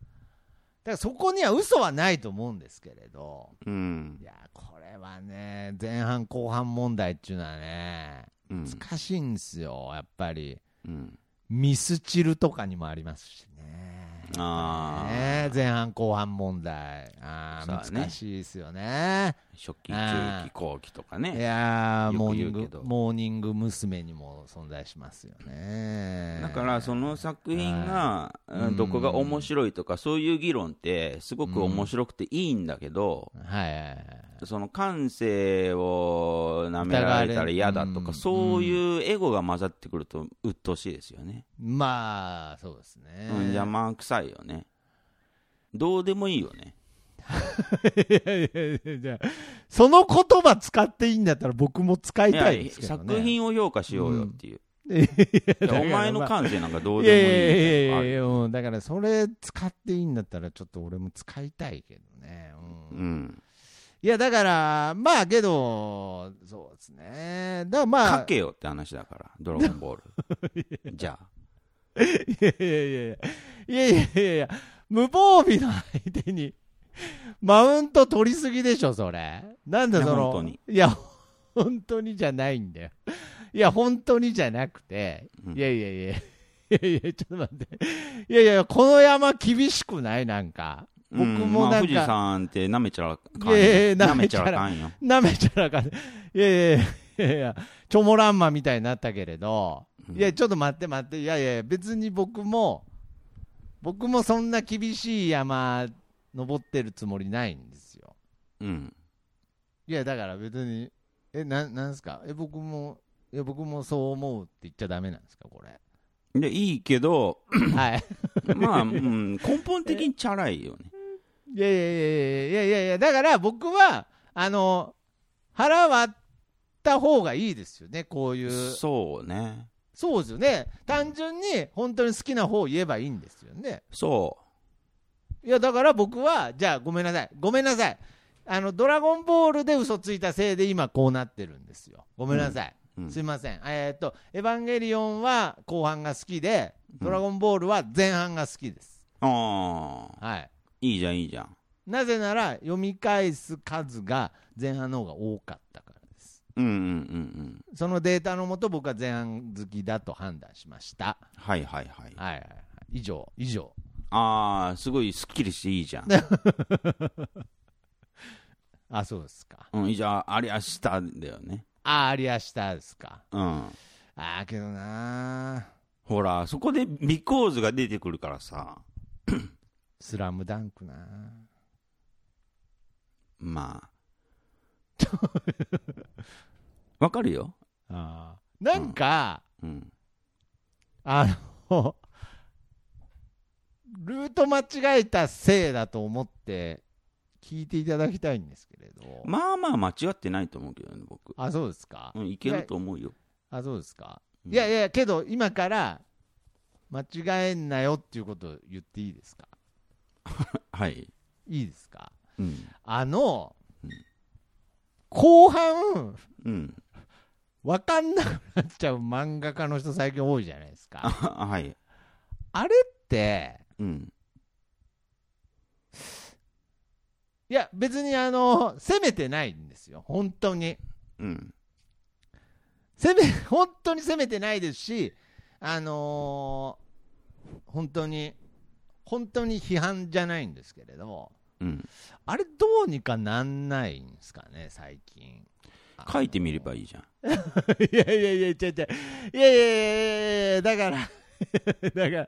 [SPEAKER 3] だからそこには嘘はないと思うんですけれど
[SPEAKER 4] うん
[SPEAKER 3] い。やこれはね前半後半問題っていうのはね
[SPEAKER 4] うん。
[SPEAKER 3] 難しいんですよやっぱり
[SPEAKER 4] うん。
[SPEAKER 3] ミスチルとかにもありますしね
[SPEAKER 4] ああ、
[SPEAKER 3] ね、前半後半問題あ
[SPEAKER 4] そう
[SPEAKER 3] ー、
[SPEAKER 4] だね
[SPEAKER 3] 難しいですよね
[SPEAKER 4] 初期、中期、後期とかね。
[SPEAKER 3] いやー
[SPEAKER 4] よ
[SPEAKER 3] モ
[SPEAKER 4] く
[SPEAKER 3] ーニ
[SPEAKER 4] 言う
[SPEAKER 3] ン
[SPEAKER 4] け
[SPEAKER 3] グ
[SPEAKER 4] ど
[SPEAKER 3] モーニング娘。にも存在しますよね
[SPEAKER 4] だからその作品が、
[SPEAKER 3] い
[SPEAKER 4] うんどこが面白いとかそういう議論ってすごく面白くていいんだけど、
[SPEAKER 3] はいはいはい
[SPEAKER 4] その感性を舐められたら嫌だと
[SPEAKER 3] 疑われう
[SPEAKER 4] か、
[SPEAKER 3] ん
[SPEAKER 4] そういうエゴが混ざってくると、鬱陶しいですよね。
[SPEAKER 3] まあ、そうですね。
[SPEAKER 4] うん、邪魔くさいよね。どうでもいいよね。
[SPEAKER 3] いやいやいやいやその言葉使っていいんだったら僕も使いたいですけどね。
[SPEAKER 4] 作品を評価しようよっていう。
[SPEAKER 3] だ
[SPEAKER 4] い
[SPEAKER 3] から
[SPEAKER 4] やお前の感性なんかどう
[SPEAKER 3] いやい
[SPEAKER 4] で
[SPEAKER 3] や
[SPEAKER 4] も
[SPEAKER 3] いやいや
[SPEAKER 4] いい
[SPEAKER 3] い
[SPEAKER 4] よ。
[SPEAKER 3] や、うんだからそれ使っていいんだったらちょっと俺も使いたいけどね。う
[SPEAKER 4] うんん。
[SPEAKER 3] いやだからまあけどそうですね。だからまあ
[SPEAKER 4] 書けよって話だから、ドラゴンボ ール。じゃあ。
[SPEAKER 3] いやいやいやいやいやいやいやいや無防備の相手にマウント取りすぎでしょそれなんだ
[SPEAKER 4] いや
[SPEAKER 3] その
[SPEAKER 4] 本当に
[SPEAKER 3] いや本当にじゃないんだよいや本当にじゃなくて、
[SPEAKER 4] うん
[SPEAKER 3] いやいやいやいやいやちょっと待っていやいやこの山厳しくないなんか僕
[SPEAKER 4] うん
[SPEAKER 3] も
[SPEAKER 4] ま
[SPEAKER 3] なん
[SPEAKER 4] あ富士
[SPEAKER 3] か、
[SPEAKER 4] 山って舐めちゃあかんよ。
[SPEAKER 3] いやいや
[SPEAKER 4] 舐
[SPEAKER 3] 舐め
[SPEAKER 4] め
[SPEAKER 3] ち
[SPEAKER 4] ち
[SPEAKER 3] ゃ
[SPEAKER 4] ゃ
[SPEAKER 3] あ
[SPEAKER 4] あ
[SPEAKER 3] かん
[SPEAKER 4] かんよ。
[SPEAKER 3] なめちゃらかんいやいやいやいやチョモランマみたいになったけれど、
[SPEAKER 4] うん
[SPEAKER 3] いやちょっと待って待っていやいや別に僕も僕もそんな厳しい山登ってるつもりないんですよ
[SPEAKER 4] うん。
[SPEAKER 3] いやだから別にえななんですかえ僕もいや僕もそう思うって言っちゃダメなんですかこ れ
[SPEAKER 4] で、いいけど、
[SPEAKER 3] はい
[SPEAKER 4] まあ、うん、根本的にチャラいよね。
[SPEAKER 3] いやいやいやいやいやいやいやだから僕はあの腹割った方がいいですよねこういう
[SPEAKER 4] そうね。
[SPEAKER 3] そうですよね。単純に本当に好きな方を言えばいいんですよね。
[SPEAKER 4] そ
[SPEAKER 3] いや、だから僕は、じゃあごめんなさい。ごめんなさい。あの、ドラゴンボールで嘘ついたせいで今こうなってるんですよ。ごめんなさい。
[SPEAKER 4] う。うん
[SPEAKER 3] すいません。えーっと、エヴァンゲリオンは後半が好きで、ドラゴンボールは前半が好きです。
[SPEAKER 4] ああ、
[SPEAKER 3] はい。
[SPEAKER 4] いいじゃん、いいじゃん。
[SPEAKER 3] なぜなら、読み返す数が前半の方が多かったからです。
[SPEAKER 4] うんうんうんうん。
[SPEAKER 3] そのデータのもと僕は前半好きだと判断しました。
[SPEAKER 4] はいはいはい。
[SPEAKER 3] はいはいはい。以上、以上。
[SPEAKER 4] ああ、すごいすっきりしていい じゃん。
[SPEAKER 3] あ、そうですか。
[SPEAKER 4] うん、いいじゃん。ありゃしたんだよね。
[SPEAKER 3] あー、ありやしたですか。
[SPEAKER 4] うん。
[SPEAKER 3] ああ、けどなー
[SPEAKER 4] ほら、そこでビコーズが出てくるからさ。
[SPEAKER 3] スラムダンクなー
[SPEAKER 4] ま あ。わかるよ。
[SPEAKER 3] あーなんか、
[SPEAKER 4] うん。
[SPEAKER 3] あの、 ルート間違えたせいだと思って聞いていただきたいんですけれど。
[SPEAKER 4] まあまあ間違ってないと思うけどね、僕。
[SPEAKER 3] あ、そうですか。
[SPEAKER 4] うん、いけると思うよ。
[SPEAKER 3] あ、そうですか。
[SPEAKER 4] うん
[SPEAKER 3] いやいや、けど今から間違えんなよっていうことを言っていいですか
[SPEAKER 4] はい。
[SPEAKER 3] いいですか
[SPEAKER 4] うん。
[SPEAKER 3] あの
[SPEAKER 4] うん、
[SPEAKER 3] 後半、
[SPEAKER 4] うん。
[SPEAKER 3] わかんなくなっちゃう漫画家の人最近多いじゃないです
[SPEAKER 4] あ
[SPEAKER 3] か。
[SPEAKER 4] はい。
[SPEAKER 3] あれって、
[SPEAKER 4] うん。
[SPEAKER 3] いや別にあの、責めてないんですよ。本当に。
[SPEAKER 4] うん。
[SPEAKER 3] 責め、本当に責めてないですし、あのー本当に、本当に批判じゃないんですけれど、
[SPEAKER 4] うん。
[SPEAKER 3] あれどうにかなんないんですかね、最近。
[SPEAKER 4] 書いてみればいいじゃん。
[SPEAKER 3] いやいやいや、違う違う。いやいやいやいやだから、だから、い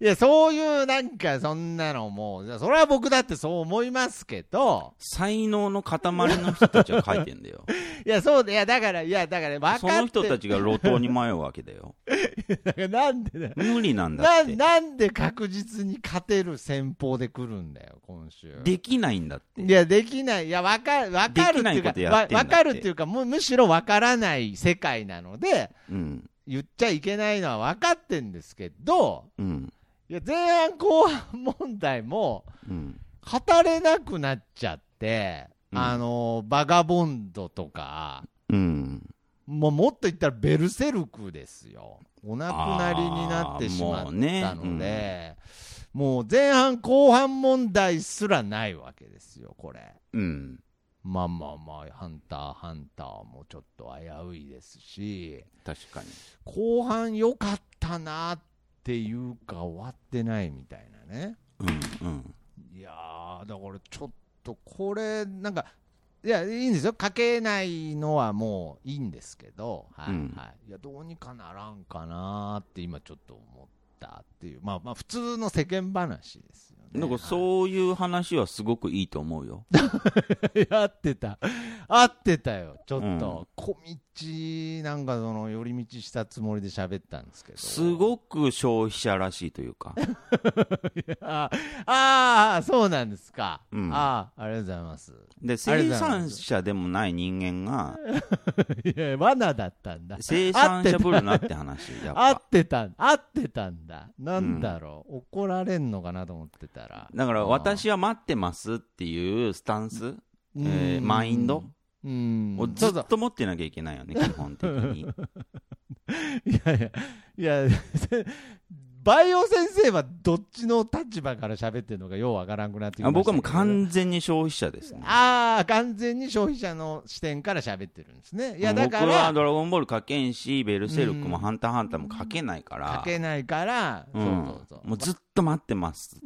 [SPEAKER 3] や、そういうなんか、そんなのもう、それは僕だってそう思いますけど、
[SPEAKER 4] 才能の塊の人たちが書いてん だよ。
[SPEAKER 3] いや、そうで、いや、だから、いや、だから、分かって
[SPEAKER 4] その人たちが路頭に迷うわけだよ。
[SPEAKER 3] だからなんでだよ
[SPEAKER 4] 無理なんだ
[SPEAKER 3] な
[SPEAKER 4] って。
[SPEAKER 3] なんで確実に勝てる戦法で来るんだよ、今週。
[SPEAKER 4] できないんだって。
[SPEAKER 3] いや、できない。いや、わかる、わかるっていう
[SPEAKER 4] できないこと
[SPEAKER 3] か、
[SPEAKER 4] や
[SPEAKER 3] わ
[SPEAKER 4] ってんだっ
[SPEAKER 3] わ
[SPEAKER 4] て
[SPEAKER 3] かるっていうか、むむしろわからない世界なので、
[SPEAKER 4] うん。
[SPEAKER 3] 言っちゃいけないのは分かってんですけど、
[SPEAKER 4] うん。
[SPEAKER 3] いや前半後半問題も
[SPEAKER 4] うん。
[SPEAKER 3] 語れなくなっちゃって、
[SPEAKER 4] うん
[SPEAKER 3] あのバガボンドとか
[SPEAKER 4] うん。
[SPEAKER 3] もうもっと言ったらベルセルクですよお亡くなりになってしまった
[SPEAKER 4] あーも
[SPEAKER 3] ので
[SPEAKER 4] う
[SPEAKER 3] も
[SPEAKER 4] ね
[SPEAKER 3] う,、前半後半問題すらないわけですよこれ
[SPEAKER 4] うん。
[SPEAKER 3] まあまあまあハンターハンターもちょっと危ういですし
[SPEAKER 4] 確かに。
[SPEAKER 3] 後半良かったなっていうか終わってないみたいなね
[SPEAKER 4] うん。うん。
[SPEAKER 3] いやー、だからちょっとこれ、なんか、いや、いいんですよ、書けないのはもういいんですけど、はい
[SPEAKER 4] うん
[SPEAKER 3] はい、いやどうにかならんかなーって今、ちょっと思っったっていう、まあまあ普通の世間話ですよね。
[SPEAKER 4] なんか
[SPEAKER 3] う。
[SPEAKER 4] そういう話はすごくいいと思うよ。
[SPEAKER 3] 合ってた。合ってたよ、ちょっ
[SPEAKER 4] うん
[SPEAKER 3] と。小道、なんかその、寄り道したつもりで喋ったんですけど。
[SPEAKER 4] すごく消費者らしいというか。
[SPEAKER 3] ああー、そうなんですか。
[SPEAKER 4] うん
[SPEAKER 3] ああ、ありがとうございます。
[SPEAKER 4] で、
[SPEAKER 3] ありがと
[SPEAKER 4] 生
[SPEAKER 3] うございま
[SPEAKER 4] 産
[SPEAKER 3] す
[SPEAKER 4] 者でもない人間 が、
[SPEAKER 3] いや、罠だったんだ。
[SPEAKER 4] 生産者ぶるなって話。や
[SPEAKER 3] 合
[SPEAKER 4] っぱ。
[SPEAKER 3] ってた、合ってたんだ。なんだろう、怒られんのかなと思ってたら。
[SPEAKER 4] だから、私は待ってますっていうスタンス、
[SPEAKER 3] うん
[SPEAKER 4] えーマインド
[SPEAKER 3] うん。
[SPEAKER 4] をず
[SPEAKER 3] そうそ
[SPEAKER 4] っ
[SPEAKER 3] う
[SPEAKER 4] と持ってなきゃいけないよね、基 本的に。
[SPEAKER 3] いやいや、いや、 せバイオ先生はどっちの立場から喋ってるのかようわからんくなってきましたけど。
[SPEAKER 4] 僕はもう完全に消費者ですね。
[SPEAKER 3] ああ、完全に消費者の視点から喋ってるんですね。いや、だか
[SPEAKER 4] 僕は
[SPEAKER 3] ら、
[SPEAKER 4] ドラゴンボール書けんし、ベルセルクも
[SPEAKER 3] うん
[SPEAKER 4] ハンターハンターも書けないから。
[SPEAKER 3] 書けないから、
[SPEAKER 4] う
[SPEAKER 3] そ
[SPEAKER 4] ん
[SPEAKER 3] うそうそう。
[SPEAKER 4] もうずっと待ってます。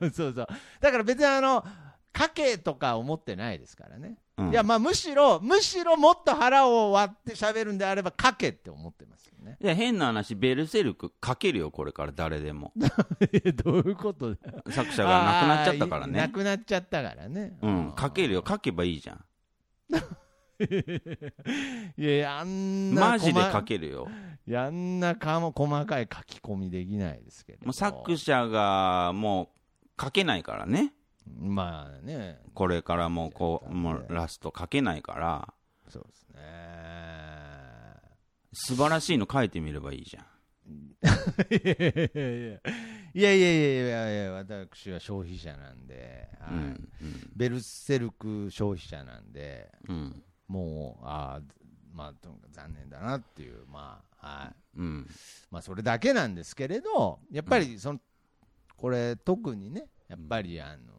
[SPEAKER 3] そうそう。だから別にあの、家計とか思ってないですからね。
[SPEAKER 4] うん
[SPEAKER 3] いや、まあむしろ、むしろもっと腹を割って喋るんであれば、家計って思ってますよね。
[SPEAKER 4] いや変な話、ベルセルク書けるよ、これから誰でも。
[SPEAKER 3] どういうことだ
[SPEAKER 4] 作者がなくなっちゃったか
[SPEAKER 3] な
[SPEAKER 4] らね。
[SPEAKER 3] くなっちゃったからね。
[SPEAKER 4] うん、書けるよ、書けばいいじゃん。
[SPEAKER 3] いやいや、あんな、
[SPEAKER 4] マジで
[SPEAKER 3] 細
[SPEAKER 4] 書けるよ。
[SPEAKER 3] いやあんなかも細かい書き込みできないですけれど。
[SPEAKER 4] もう作者がもう書けないからね。
[SPEAKER 3] まあね、
[SPEAKER 4] これからもうこう、
[SPEAKER 3] そうだ
[SPEAKER 4] も
[SPEAKER 3] ね
[SPEAKER 4] うラスト書けないから、
[SPEAKER 3] そうですね。
[SPEAKER 4] 素晴らしいの書いてみればいいじゃん。
[SPEAKER 3] いやいやいやいやいやいやいや私は消費者なんで、はい
[SPEAKER 4] うん、
[SPEAKER 3] ベルセルク消費者なんで
[SPEAKER 4] うん、うん。
[SPEAKER 3] もうあーまあとにかく残念だなっていうまあはい
[SPEAKER 4] うん、
[SPEAKER 3] まあそれだけなんですけれどやっぱりその、これ特にねやっぱりあの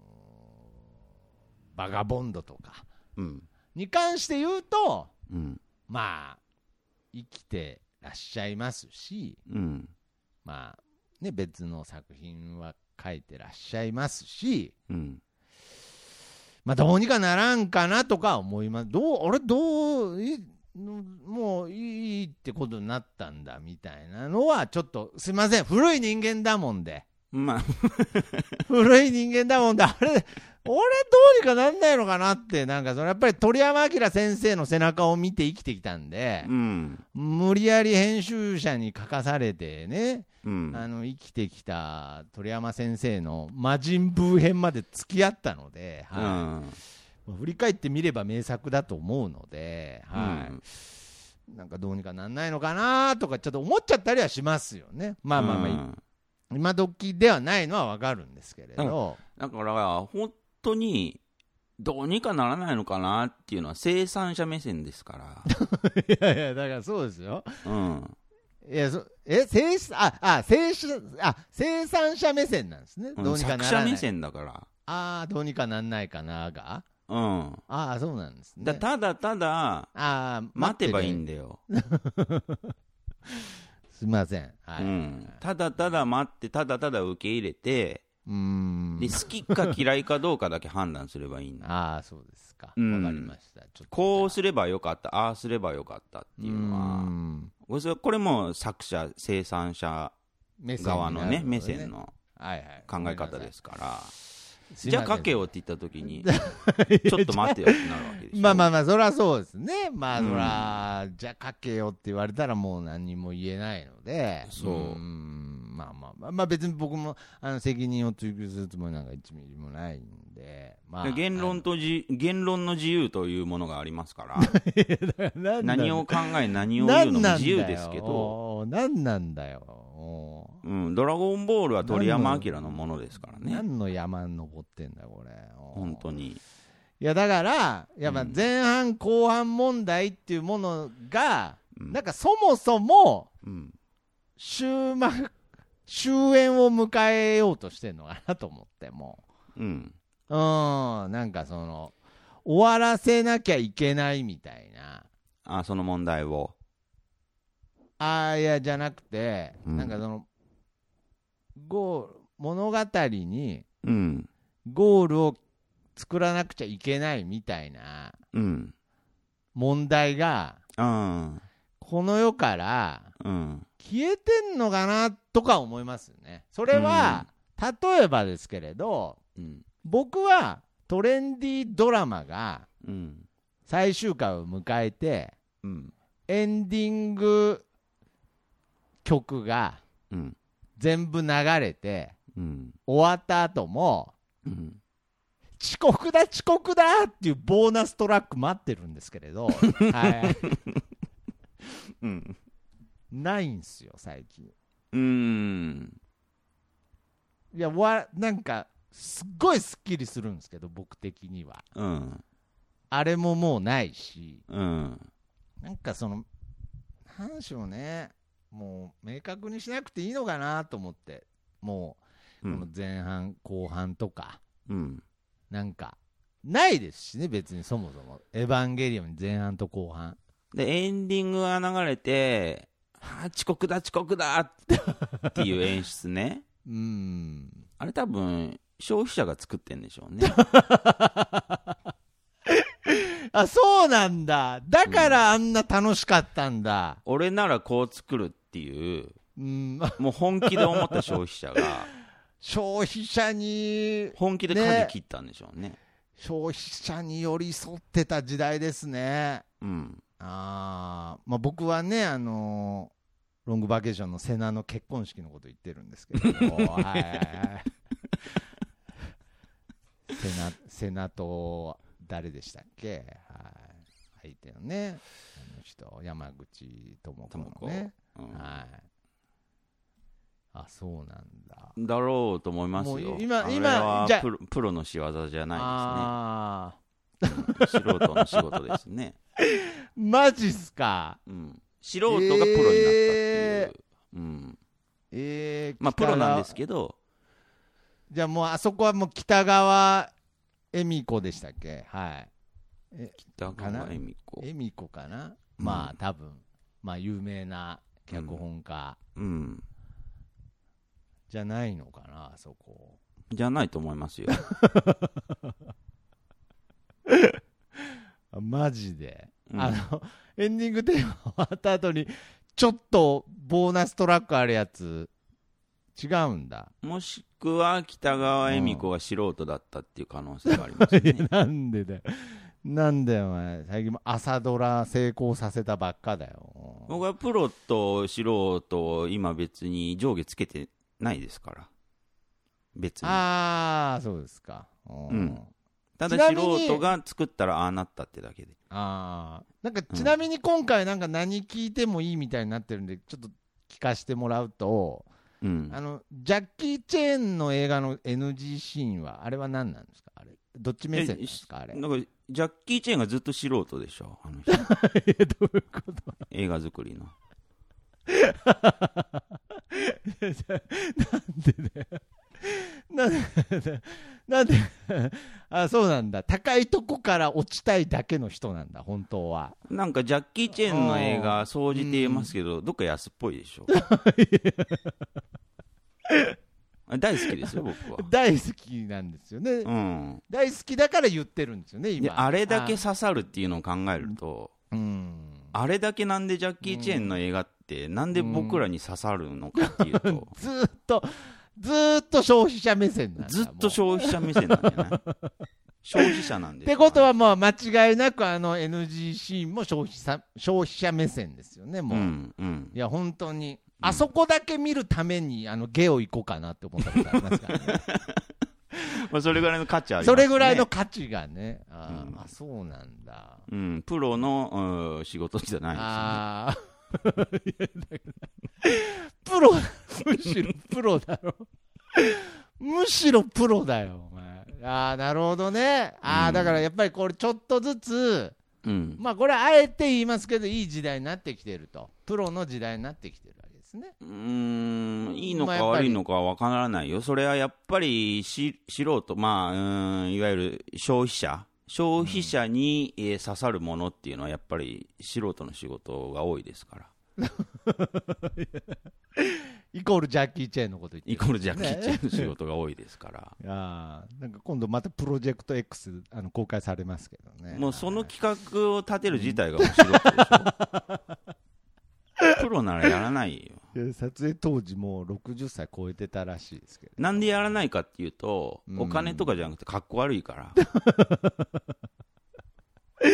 [SPEAKER 3] バガボンドとか
[SPEAKER 4] うん、
[SPEAKER 3] に関して言うと
[SPEAKER 4] うん、
[SPEAKER 3] まあ生きてらっしゃいますし
[SPEAKER 4] うん、
[SPEAKER 3] まあね別の作品は書いてらっしゃいますし、
[SPEAKER 4] うん。
[SPEAKER 3] まあ、どうにかならんかなとか思います。どう、あれ、どう、いもういいってことになったんだみたいなのは、ちょっと、すいません。古い人間だもんで。
[SPEAKER 4] まあ、
[SPEAKER 3] 古い人間だもんで、あれ、俺どうにかなんないのかなって、なんか、そのやっぱり鳥山明先生の背中を見て生きてきたんで
[SPEAKER 4] う、ん、
[SPEAKER 3] 無理やり編集者に書かされてね、
[SPEAKER 4] うん。
[SPEAKER 3] あの、生きてきた鳥山先生の魔人ブー編まで付き合ったので、
[SPEAKER 4] う
[SPEAKER 3] はい。
[SPEAKER 4] ん
[SPEAKER 3] まあ振り返ってみれば名作だと思うので、はい
[SPEAKER 4] うん
[SPEAKER 3] なんかどうにかなんないのかなとかちょっと思っちゃったりはしますよね。まあまあまあ、
[SPEAKER 4] うん
[SPEAKER 3] 今時ではないのはわかるんですけれど、
[SPEAKER 4] だから、本当に、どうにかならないのかなっていうのは生産者目線で すか
[SPEAKER 3] いやいやだからそうですよ。
[SPEAKER 4] ら。うん。
[SPEAKER 3] いやそえ生産ああ生産あ生産者目線なんですね。 どうにか
[SPEAKER 4] 作
[SPEAKER 3] なら
[SPEAKER 4] 者
[SPEAKER 3] ない。
[SPEAKER 4] 目線だから。
[SPEAKER 3] ああどうにかなんないかなが
[SPEAKER 4] うん。
[SPEAKER 3] ああそうなんですね。
[SPEAKER 4] だただただ、
[SPEAKER 3] ああ
[SPEAKER 4] 待てばいいん
[SPEAKER 3] で。
[SPEAKER 4] だよ。
[SPEAKER 3] すみません。は
[SPEAKER 4] う
[SPEAKER 3] い。
[SPEAKER 4] ん。ただただ待って、ただただ受け入れて、
[SPEAKER 3] うーん
[SPEAKER 4] で、好きか嫌いかどうかだけ判断すればいいん だ。
[SPEAKER 3] ああそうですか。わ、
[SPEAKER 4] うん
[SPEAKER 3] かりました。ちょっと
[SPEAKER 4] こうすればよかった、ああすればよかったっていうの
[SPEAKER 3] うー
[SPEAKER 4] は、
[SPEAKER 3] ん
[SPEAKER 4] これこれも作者、生産者
[SPEAKER 3] 目線に
[SPEAKER 4] 側のね、
[SPEAKER 3] な
[SPEAKER 4] 目
[SPEAKER 3] るほど
[SPEAKER 4] 線の
[SPEAKER 3] はいはい
[SPEAKER 4] 考え方ですから。
[SPEAKER 3] すい
[SPEAKER 4] じゃ
[SPEAKER 3] ま
[SPEAKER 4] あ
[SPEAKER 3] せん
[SPEAKER 4] 書けよって言った 時に、ちょっと待てよってなるわけでしょ。
[SPEAKER 3] まあまあまあそりゃそうですねまあ
[SPEAKER 4] うん
[SPEAKER 3] そりゃ、じゃあ書けよって言われたらもう何も言えないので
[SPEAKER 4] そう
[SPEAKER 3] ーんまあまあまあ、まあ、別に僕もあの責任を追及するつもりなんか1ミリもないんで、まあ、
[SPEAKER 4] 言論とじ、言論の自由というものがありますから、 何を考え、何を言うのも自由ですけ
[SPEAKER 3] ど
[SPEAKER 4] ど、
[SPEAKER 3] 何なんだよおー
[SPEAKER 4] うん、ドラゴンボールは鳥山明のものですからね、
[SPEAKER 3] 何の山に登ってんだこれおー
[SPEAKER 4] 本当に。
[SPEAKER 3] いやだからいやまあ
[SPEAKER 4] うん
[SPEAKER 3] 前半後半問題っていうものが、
[SPEAKER 4] うん
[SPEAKER 3] なんかそもそも
[SPEAKER 4] うん、
[SPEAKER 3] 終末終焉を迎えようとしてんのかなと思っても
[SPEAKER 4] うん、
[SPEAKER 3] ううんなんかその終わらせなきゃいけないみたいな
[SPEAKER 4] あその問題を。
[SPEAKER 3] ああいやじゃなくて、
[SPEAKER 4] うん
[SPEAKER 3] なんかそのゴール物語に
[SPEAKER 4] うん、
[SPEAKER 3] ゴールを作らなくちゃいけないみたいな
[SPEAKER 4] うん、
[SPEAKER 3] 問題が
[SPEAKER 4] うん、
[SPEAKER 3] この世から
[SPEAKER 4] うん、
[SPEAKER 3] 消えてんのかなとか思いますよね。それは、例えばですけれど、
[SPEAKER 4] うん
[SPEAKER 3] 僕はトレンディードラマが
[SPEAKER 4] うん
[SPEAKER 3] 最終回を迎えて、
[SPEAKER 4] うん
[SPEAKER 3] エンディング曲が
[SPEAKER 4] うん
[SPEAKER 3] 全部流れて、
[SPEAKER 4] うん
[SPEAKER 3] 終わった後も、
[SPEAKER 4] うん
[SPEAKER 3] 遅刻だ遅刻だっていうボーナストラック待ってるんですけれど、はい、
[SPEAKER 4] うん
[SPEAKER 3] ないんすよ最近
[SPEAKER 4] うん
[SPEAKER 3] いやわなんかすっごいすっきりするんですけど僕的には
[SPEAKER 4] うん
[SPEAKER 3] あれももうないし
[SPEAKER 4] うん
[SPEAKER 3] なんかその何でしょうねもう明確にしなくていいのかなと思っても
[SPEAKER 4] う
[SPEAKER 3] うこの
[SPEAKER 4] ん
[SPEAKER 3] 前半後半とか
[SPEAKER 4] うん
[SPEAKER 3] なんかないですしね別にそもそも「エヴァンゲリオン」前半と後半
[SPEAKER 4] でエンディングが流れて「あー遅刻だ遅刻だ!」っていう演出ね
[SPEAKER 3] うーん
[SPEAKER 4] あれ多分消費者が作ってんでしょうね
[SPEAKER 3] あそうなんだだからあんな楽しかったんだ
[SPEAKER 4] 俺ならこう作るっていう
[SPEAKER 3] うん
[SPEAKER 4] もう本気で思った消費者 が
[SPEAKER 3] 消費者に
[SPEAKER 4] 本気で
[SPEAKER 3] ね
[SPEAKER 4] 舵切ったんでしょうね
[SPEAKER 3] 消費者に寄り添ってた時代ですね
[SPEAKER 4] うん
[SPEAKER 3] あー、まあ僕はねあのーロングバケーションの瀬名の結婚式のこと言ってるんです けどはいはいはい瀬名瀬名と誰でしたっけ、はい、相手のねあの人山口智子のね、
[SPEAKER 4] うん
[SPEAKER 3] はい、あそうなんだ
[SPEAKER 4] だろうと思います
[SPEAKER 3] も
[SPEAKER 4] よ
[SPEAKER 3] う今
[SPEAKER 4] あれ
[SPEAKER 3] 今
[SPEAKER 4] は
[SPEAKER 3] じゃあ
[SPEAKER 4] プロプロの仕業じゃな
[SPEAKER 3] あ
[SPEAKER 4] いですね素人の仕事です ね、
[SPEAKER 3] ーマジっすか
[SPEAKER 4] うん、素人がプロになったっていう、
[SPEAKER 3] え
[SPEAKER 4] うん、
[SPEAKER 3] えー、
[SPEAKER 4] まあプロなんです
[SPEAKER 3] ど
[SPEAKER 4] けど
[SPEAKER 3] じゃあもうあそこはもう北川恵美子でしたっけはい
[SPEAKER 4] 北川恵美子
[SPEAKER 3] 恵美子かな、
[SPEAKER 4] うん
[SPEAKER 3] まあ多分まあ有名な脚本家
[SPEAKER 4] うん
[SPEAKER 3] じゃないのかなあそこ
[SPEAKER 4] じゃないと思 いますよ
[SPEAKER 3] あマジで、
[SPEAKER 4] うん
[SPEAKER 3] あのエンディングテーマ終わった後にちょっとボーナストラックあるやつ違うん だ
[SPEAKER 4] もしくは北川恵美子が素人だったっていう可能性があります
[SPEAKER 3] いや
[SPEAKER 4] ね
[SPEAKER 3] なんでだよなんだよお前最近も朝ドラ成功させたばっかだよ
[SPEAKER 4] 僕はプロと素人を今別に上下つけてないですから別に
[SPEAKER 3] ああそうですかう
[SPEAKER 4] うんただ
[SPEAKER 3] ちな
[SPEAKER 4] 素
[SPEAKER 3] みに
[SPEAKER 4] 人が作ったらああなったってだけで
[SPEAKER 3] ああなんかちなみに今回なんか何聞いてもいいみたいになってるんでちょっと聞かせてもらうと、
[SPEAKER 4] うん
[SPEAKER 3] あのジャッキー・チェーンの映画の NG シーンはあれは何なんですかあれどっち目線なんですかあれい
[SPEAKER 4] なんかジャッキー・チェーンがずっと素人でしょ、あの人
[SPEAKER 3] やどういうこと
[SPEAKER 4] 映画作りの。
[SPEAKER 3] なんで、 なんで、あ、そうなんだ。高いとこから落ちたいだけの人なんだ、本当は。
[SPEAKER 4] なんかジャッキー・チェーンの映画、総じて言えますけど、どっか安っぽいでし ょ。大好きですよ、僕 は。
[SPEAKER 3] 大好きなんですよね。
[SPEAKER 4] うん、
[SPEAKER 3] 大好きだから言ってるんですよね、
[SPEAKER 4] で
[SPEAKER 3] 今。
[SPEAKER 4] あれだけ刺さるっていうのを考えると、
[SPEAKER 3] あうん。
[SPEAKER 4] あれだけなんでジャッキー・チェーンの映画って、なんで僕らに刺さるのかっていうと、
[SPEAKER 3] ずーっと、ずーっと消費者目線なんだ。
[SPEAKER 4] ずっと
[SPEAKER 3] も
[SPEAKER 4] 消費者目線なんじゃ ない消費者なん
[SPEAKER 3] う
[SPEAKER 4] で
[SPEAKER 3] っ
[SPEAKER 4] す
[SPEAKER 3] てことは、もう間違いなくあの NG シーンも消費者消費者目線ですよね、
[SPEAKER 4] う
[SPEAKER 3] もう。
[SPEAKER 4] んうん
[SPEAKER 3] いや、本当に。あそこだけ見るために、あの、ゲを行こうかなって思ったことあります からね。
[SPEAKER 4] まあ、それぐらいの価値ありま
[SPEAKER 3] そ
[SPEAKER 4] す、ね、
[SPEAKER 3] れぐらいの価値がね、あー、
[SPEAKER 4] うん
[SPEAKER 3] あそうなんだ。
[SPEAKER 4] うん、プロの、うん仕事じゃないで
[SPEAKER 3] あー いやだからプロ、むしろプロだろ。むしろプロだよ、お前。ああ、なるほどね。ああ、
[SPEAKER 4] うん
[SPEAKER 3] だからやっぱりこれちょっとずつ、
[SPEAKER 4] すよね。
[SPEAKER 3] まあこれはあえて言いますけど、いい時代になってきてると。プロの時代になってきてるわけですね。
[SPEAKER 4] うん、うーんいいの
[SPEAKER 3] まあ
[SPEAKER 4] か
[SPEAKER 3] やっぱり
[SPEAKER 4] 悪いのかわからないよ。それはやっぱりし素人、まあ、うんいわゆる消費者。消費者に、えー刺さるものっていうのはやっぱり素人の仕事が多いですから。
[SPEAKER 3] イコールジャッキー・チェーンのこと言ってる
[SPEAKER 4] イコールジャッキー・チェーンの仕事が多いですから。
[SPEAKER 3] ああ、なんか今度またプロジェクト X あの公開されますけどね。
[SPEAKER 4] もうその企 画を立てる自体がもう素人でしょ。プロならやらないよ。
[SPEAKER 3] いや撮影当時もう60歳超えてたらしいですけど
[SPEAKER 4] なんでやらないかっていうと、
[SPEAKER 3] うん
[SPEAKER 4] お金とかじゃなくて、かっこ悪 いから。
[SPEAKER 3] 好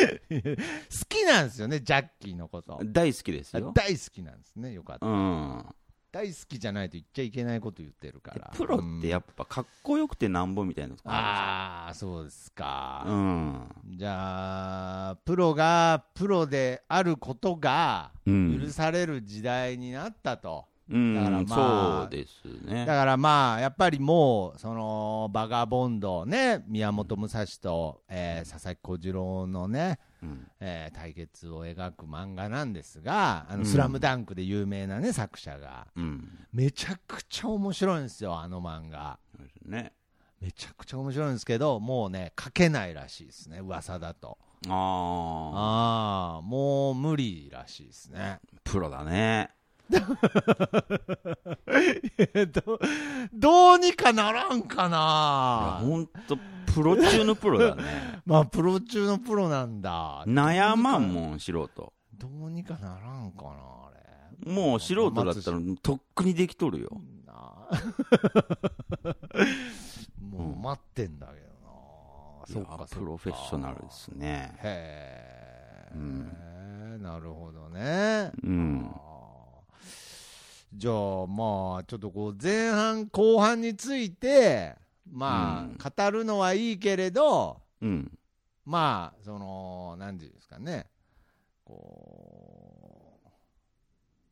[SPEAKER 3] きなんですよねジャッキーのこと
[SPEAKER 4] 大好きです
[SPEAKER 3] あ
[SPEAKER 4] よ。
[SPEAKER 3] 大好きなんですねよかった、
[SPEAKER 4] うん。
[SPEAKER 3] 大好きじゃないと言っちゃいけないこと言ってるから
[SPEAKER 4] プロってやっぱかっこよくてなんぼみたいなとこ
[SPEAKER 3] うん
[SPEAKER 4] あ
[SPEAKER 3] ああそうです
[SPEAKER 4] る
[SPEAKER 3] か、
[SPEAKER 4] うん。
[SPEAKER 3] じゃあプロがプロであることが
[SPEAKER 4] うん
[SPEAKER 3] 許される時代になったと、
[SPEAKER 4] うん、
[SPEAKER 3] だからまあ
[SPEAKER 4] そうです
[SPEAKER 3] だ
[SPEAKER 4] ね。
[SPEAKER 3] からまあやっぱりもうそのバガボンドね宮本武蔵と、えー佐々木小次郎のね、
[SPEAKER 4] うん
[SPEAKER 3] えー対決を描く漫画なんですが「あ
[SPEAKER 4] う
[SPEAKER 3] の
[SPEAKER 4] ん
[SPEAKER 3] スラムダンクで有名なね作者が
[SPEAKER 4] うん。
[SPEAKER 3] めちゃくちゃ面白いんですよあの漫画
[SPEAKER 4] そうですね。
[SPEAKER 3] めちゃくちゃ面白いんですけどもうね書けないらしいですね噂だと
[SPEAKER 4] ああ、
[SPEAKER 3] ああもう無理らしいですね
[SPEAKER 4] プロだね。
[SPEAKER 3] どどうにかならんかな
[SPEAKER 4] 本当プロ中のプロ だね。
[SPEAKER 3] まあプロ中のプロなんだ
[SPEAKER 4] 悩まんもん、素人。
[SPEAKER 3] どうにかならんかなあれ
[SPEAKER 4] もう素人だったら、とっくにできとるよ。
[SPEAKER 3] なあもう待ってんだけどな、そっ
[SPEAKER 4] いや
[SPEAKER 3] か
[SPEAKER 4] プロフェッショナルです
[SPEAKER 3] ね
[SPEAKER 4] ね。
[SPEAKER 3] へえ、
[SPEAKER 4] うん
[SPEAKER 3] なるほどね
[SPEAKER 4] うん。
[SPEAKER 3] あーじゃあまあちょっとこう前半後半についてまあ、
[SPEAKER 4] うん
[SPEAKER 3] 語るのはいいけれど
[SPEAKER 4] うん。
[SPEAKER 3] まあその何ていうんですかねこう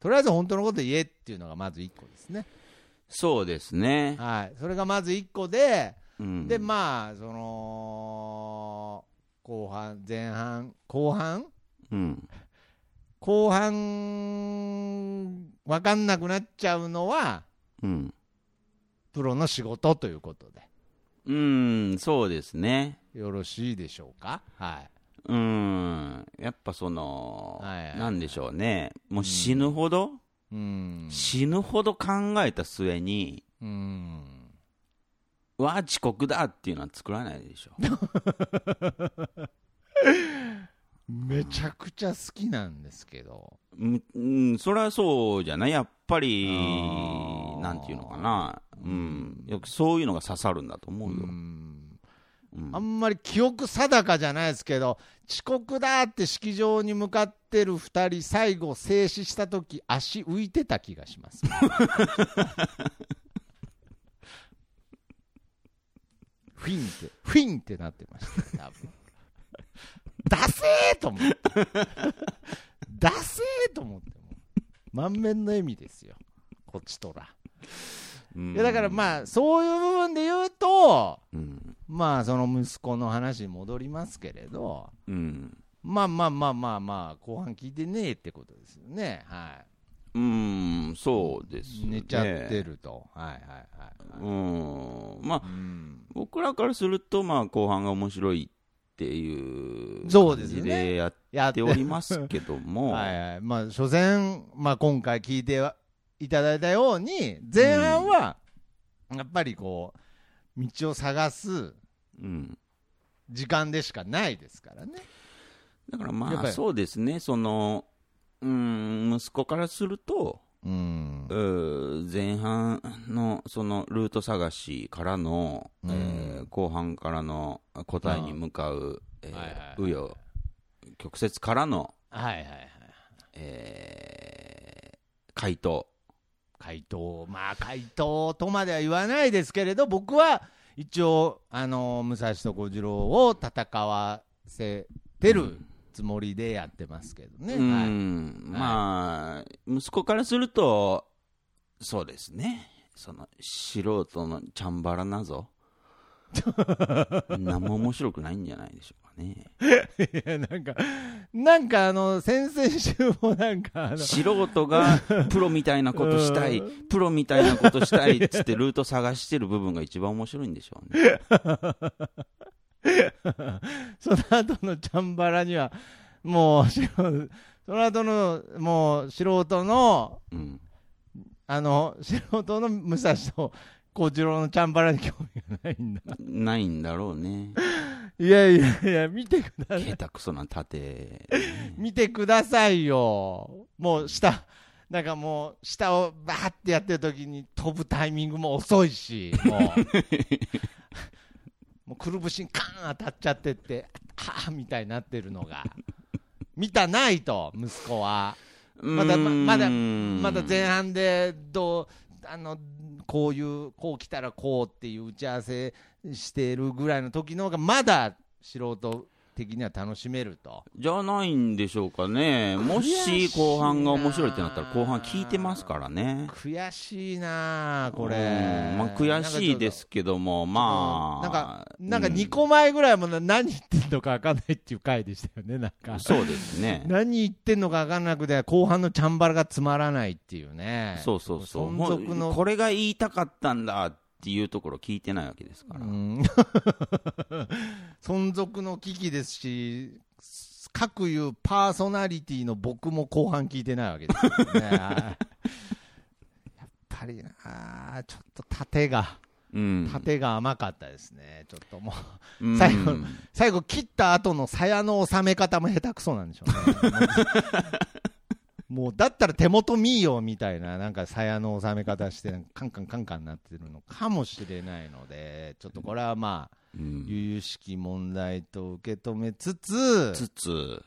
[SPEAKER 3] とりあえず本当のこと言えっていうのがまず1個ですね
[SPEAKER 4] そうですね。
[SPEAKER 3] はいそれがまず1個で
[SPEAKER 4] うん、
[SPEAKER 3] でまあその後半前半後半
[SPEAKER 4] うん。
[SPEAKER 3] 後半分かんなくなっちゃうのは
[SPEAKER 4] うん。
[SPEAKER 3] プロの仕事ということで
[SPEAKER 4] うん、そうですね。
[SPEAKER 3] よろしいでしょうかはい
[SPEAKER 4] うん。やっぱその、
[SPEAKER 3] はいはいはい
[SPEAKER 4] なんでしょうね。もう死ぬほど、
[SPEAKER 3] うん
[SPEAKER 4] 死ぬほど考えた末に、
[SPEAKER 3] うん
[SPEAKER 4] うわあ、遅刻だっていうのは作らないでしょ。
[SPEAKER 3] めちゃくちゃ好きなんですけど
[SPEAKER 4] うんうん、それはそうじゃないやっぱり
[SPEAKER 3] あー、
[SPEAKER 4] なんていうのかな。うん。よくそういうのが刺さるんだと思うよ。
[SPEAKER 3] うん
[SPEAKER 4] うん
[SPEAKER 3] あんまり記憶定かじゃないですけど遅刻だって式場に向かってる2人最後静止した時足浮いてた気がします フィンってフィンってなってました多分ダセーと思ってダセーと思ってもう満面の笑みですよこっちとら
[SPEAKER 4] うん
[SPEAKER 3] いやだからまあそういう部分で言うと
[SPEAKER 4] うん。
[SPEAKER 3] まあその息子の話に戻りますけれど
[SPEAKER 4] うん。
[SPEAKER 3] まあまあまあまあまあ後半聞いてねえってことですよねは
[SPEAKER 4] うん、そうで
[SPEAKER 3] い
[SPEAKER 4] すね。
[SPEAKER 3] 寝ちゃってると、はいはいはい、
[SPEAKER 4] うん。まあ、
[SPEAKER 3] うん、
[SPEAKER 4] 僕らからすると、まあ、後半が面白いっていう
[SPEAKER 3] そう
[SPEAKER 4] 感
[SPEAKER 3] です
[SPEAKER 4] じ
[SPEAKER 3] ね
[SPEAKER 4] でやっ
[SPEAKER 3] やって
[SPEAKER 4] おりますけども、
[SPEAKER 3] はいはいまあ所詮、まあ、今回聞いてはいただいたように前半はやっぱりこう道を探す
[SPEAKER 4] うん、
[SPEAKER 3] 時間でしかないですからね
[SPEAKER 4] だから
[SPEAKER 3] やっ
[SPEAKER 4] ま
[SPEAKER 3] ぱ
[SPEAKER 4] あ、
[SPEAKER 3] り
[SPEAKER 4] そうですね、その、うん、息子からすると、
[SPEAKER 3] うん
[SPEAKER 4] うー前半のそのルート探しからの、
[SPEAKER 3] うん
[SPEAKER 4] えー後半からの答えに向かう、えー
[SPEAKER 3] はいはいはい
[SPEAKER 4] 紆余曲折からの、
[SPEAKER 3] はいはいはい
[SPEAKER 4] えー回答。
[SPEAKER 3] 回答まあ回答とまでは言わないですけれど僕は一応あの武蔵と小次郎を戦わせてるつもりでやってますけどね、
[SPEAKER 4] う
[SPEAKER 3] はい
[SPEAKER 4] ん、まあ、息子からすると、そうですね。その、素人のチャンバラな ぞ。何も面白くないんじゃないでしょうかね。
[SPEAKER 3] い やなんかなんかあの先々週もなんか あの
[SPEAKER 4] 素人がプロみたいなことした い、プロみたいなことしたいっつってルート探してる部分が一番面白いんでしょうね。
[SPEAKER 3] その後のチャンバラにはもう素人その後のもう素人の
[SPEAKER 4] うん。
[SPEAKER 3] あの 素人の武蔵と小次郎のチャンバラに興味がないんだ
[SPEAKER 4] ないんだろ うね。
[SPEAKER 3] いやいやいや見てください
[SPEAKER 4] 下手くそな盾。
[SPEAKER 3] 見てくださいよ。もう下、なんかもう、下をバーってやってる時に飛ぶタイミングも遅いし、もう、もうくるぶしにカーン当たっちゃってって、はぁみたいになってるのが、見たないと、息子は。まだままだまだ前半でどうあのこういうこう来たらこうっていう打ち合わせしてるぐらいの時の方がまだ素人的には楽しめると
[SPEAKER 4] じゃないんでしょうかね、もし後半が面白いってなったら、後半聞いてますからね、
[SPEAKER 3] 悔しいなあこれ、
[SPEAKER 4] うんまあ、悔しいですけども、まあ、
[SPEAKER 3] なんかなんか
[SPEAKER 4] うん
[SPEAKER 3] 2個前ぐらいもな何言ってんのか分かんないっていう回でしたよねなんか
[SPEAKER 4] そうで すね、
[SPEAKER 3] 何言ってんのか分かんなくて後半のチャンバラがつまらないっていうね
[SPEAKER 4] そうそうそう、
[SPEAKER 3] 存続
[SPEAKER 4] も
[SPEAKER 3] の
[SPEAKER 4] うこれが言いたかったんだっていうところ、聞いてないわけですから
[SPEAKER 3] う、ん 存続の危機ですし、各いうパーソナリティの僕も後半聞いてないわけですよね。 やっぱりな、ちょっと縦が、
[SPEAKER 4] うん
[SPEAKER 3] 縦が甘かったですね、ちょっともう、
[SPEAKER 4] うん
[SPEAKER 3] 最後最後、切った後の鞘の収め方も下手くそなんでしょ うね。もうだったら手元見いよみたいな、なんか鞘の収め方して、カンカンカンカンなってるのかもしれないので、ちょっとこれはまあ、
[SPEAKER 4] うん
[SPEAKER 3] 由々しき問題と受け止めつつ、
[SPEAKER 4] つつ、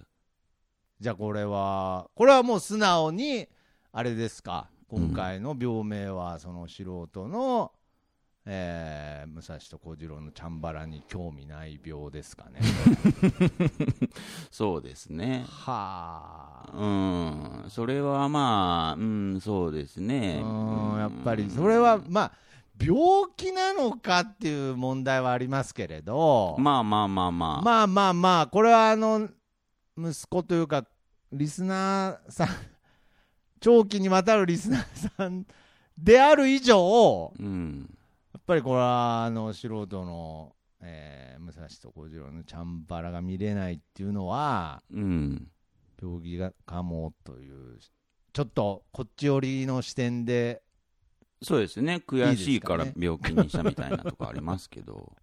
[SPEAKER 3] じゃあこれは、これはもう素直に、あれですか、今回の病名は、その素人の、えー武蔵と小次郎のチャンバラに興味ない病ですかね。
[SPEAKER 4] そうですね。
[SPEAKER 3] はあ。
[SPEAKER 4] うん、それはまあ、うん、そうです
[SPEAKER 3] う
[SPEAKER 4] ね。
[SPEAKER 3] ん、やっぱり、それは、まあ、病気なのかっていう問題はありますけれど、
[SPEAKER 4] まあまあまあまあ。
[SPEAKER 3] まあまあまあ、これはあの息子というか、リスナーさん、長期にわたるリスナーさんである以上、
[SPEAKER 4] うん。
[SPEAKER 3] やっぱりこれはあの素人の、えー武蔵と小次郎のチャンバラが見れないっていうのは、
[SPEAKER 4] うん。
[SPEAKER 3] 病気がかもという、ちょっとこっち寄りの視点で、
[SPEAKER 4] そうですね。悔しいから
[SPEAKER 3] いいです
[SPEAKER 4] 病気にしたみたいなとこあります けど。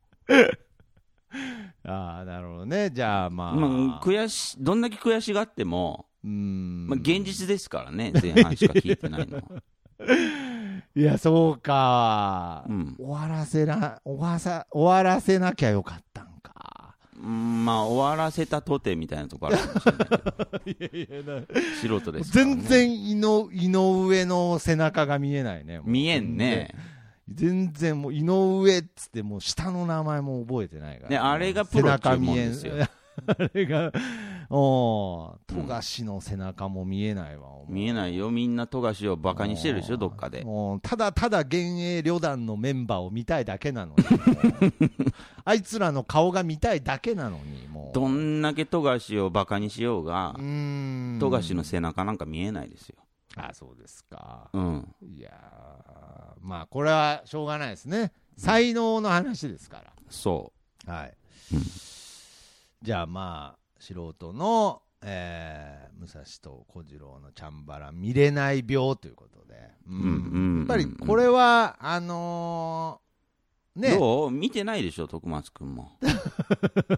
[SPEAKER 3] ああ、なるほどね、じゃあまあ、
[SPEAKER 4] まあ、悔し、どんだけ悔しがっても、
[SPEAKER 3] うーん
[SPEAKER 4] まあ、現実ですからね。前半しか聞いてないのは。
[SPEAKER 3] いや、そうか、
[SPEAKER 4] うん
[SPEAKER 3] 終わらせな終わさ、終わらせなきゃよかったんか。
[SPEAKER 4] うん、まあ、終わらせたとてみたいなとこあるかもしれ ないけど。素人ですから、ね。
[SPEAKER 3] 全。然井の井上の背中が見えないね。もう
[SPEAKER 4] 見えんね。
[SPEAKER 3] 全然。全然もう井上っつって、もう下の名前も覚えてないから。
[SPEAKER 4] ねあれがプロっちゅうもんですよ
[SPEAKER 3] 背中見えん あれが、おー富樫の背中も見えないわ、
[SPEAKER 4] 見えないよ。みんな富樫をバカにしてるでしょ、どっかで。
[SPEAKER 3] もうただただ現役旅団のメンバーを見たいだけなのに あいつらの顔が見たいだけなのにもう
[SPEAKER 4] どんだけ富樫をバカにしようが、
[SPEAKER 3] うーん
[SPEAKER 4] 富樫の背中なんか見えないですよ。
[SPEAKER 3] あそうですか
[SPEAKER 4] うん。
[SPEAKER 3] いやーまあこれはしょうがないですね才能の話ですか
[SPEAKER 4] そ
[SPEAKER 3] らはいじゃあまあ素人の、えー武蔵と小次郎のチャンバラ見れない病ということでう
[SPEAKER 4] う。うんうんうんうん。
[SPEAKER 3] やっぱりこれはあのーね
[SPEAKER 4] どう見てないでしょ、徳松君も。
[SPEAKER 3] いやい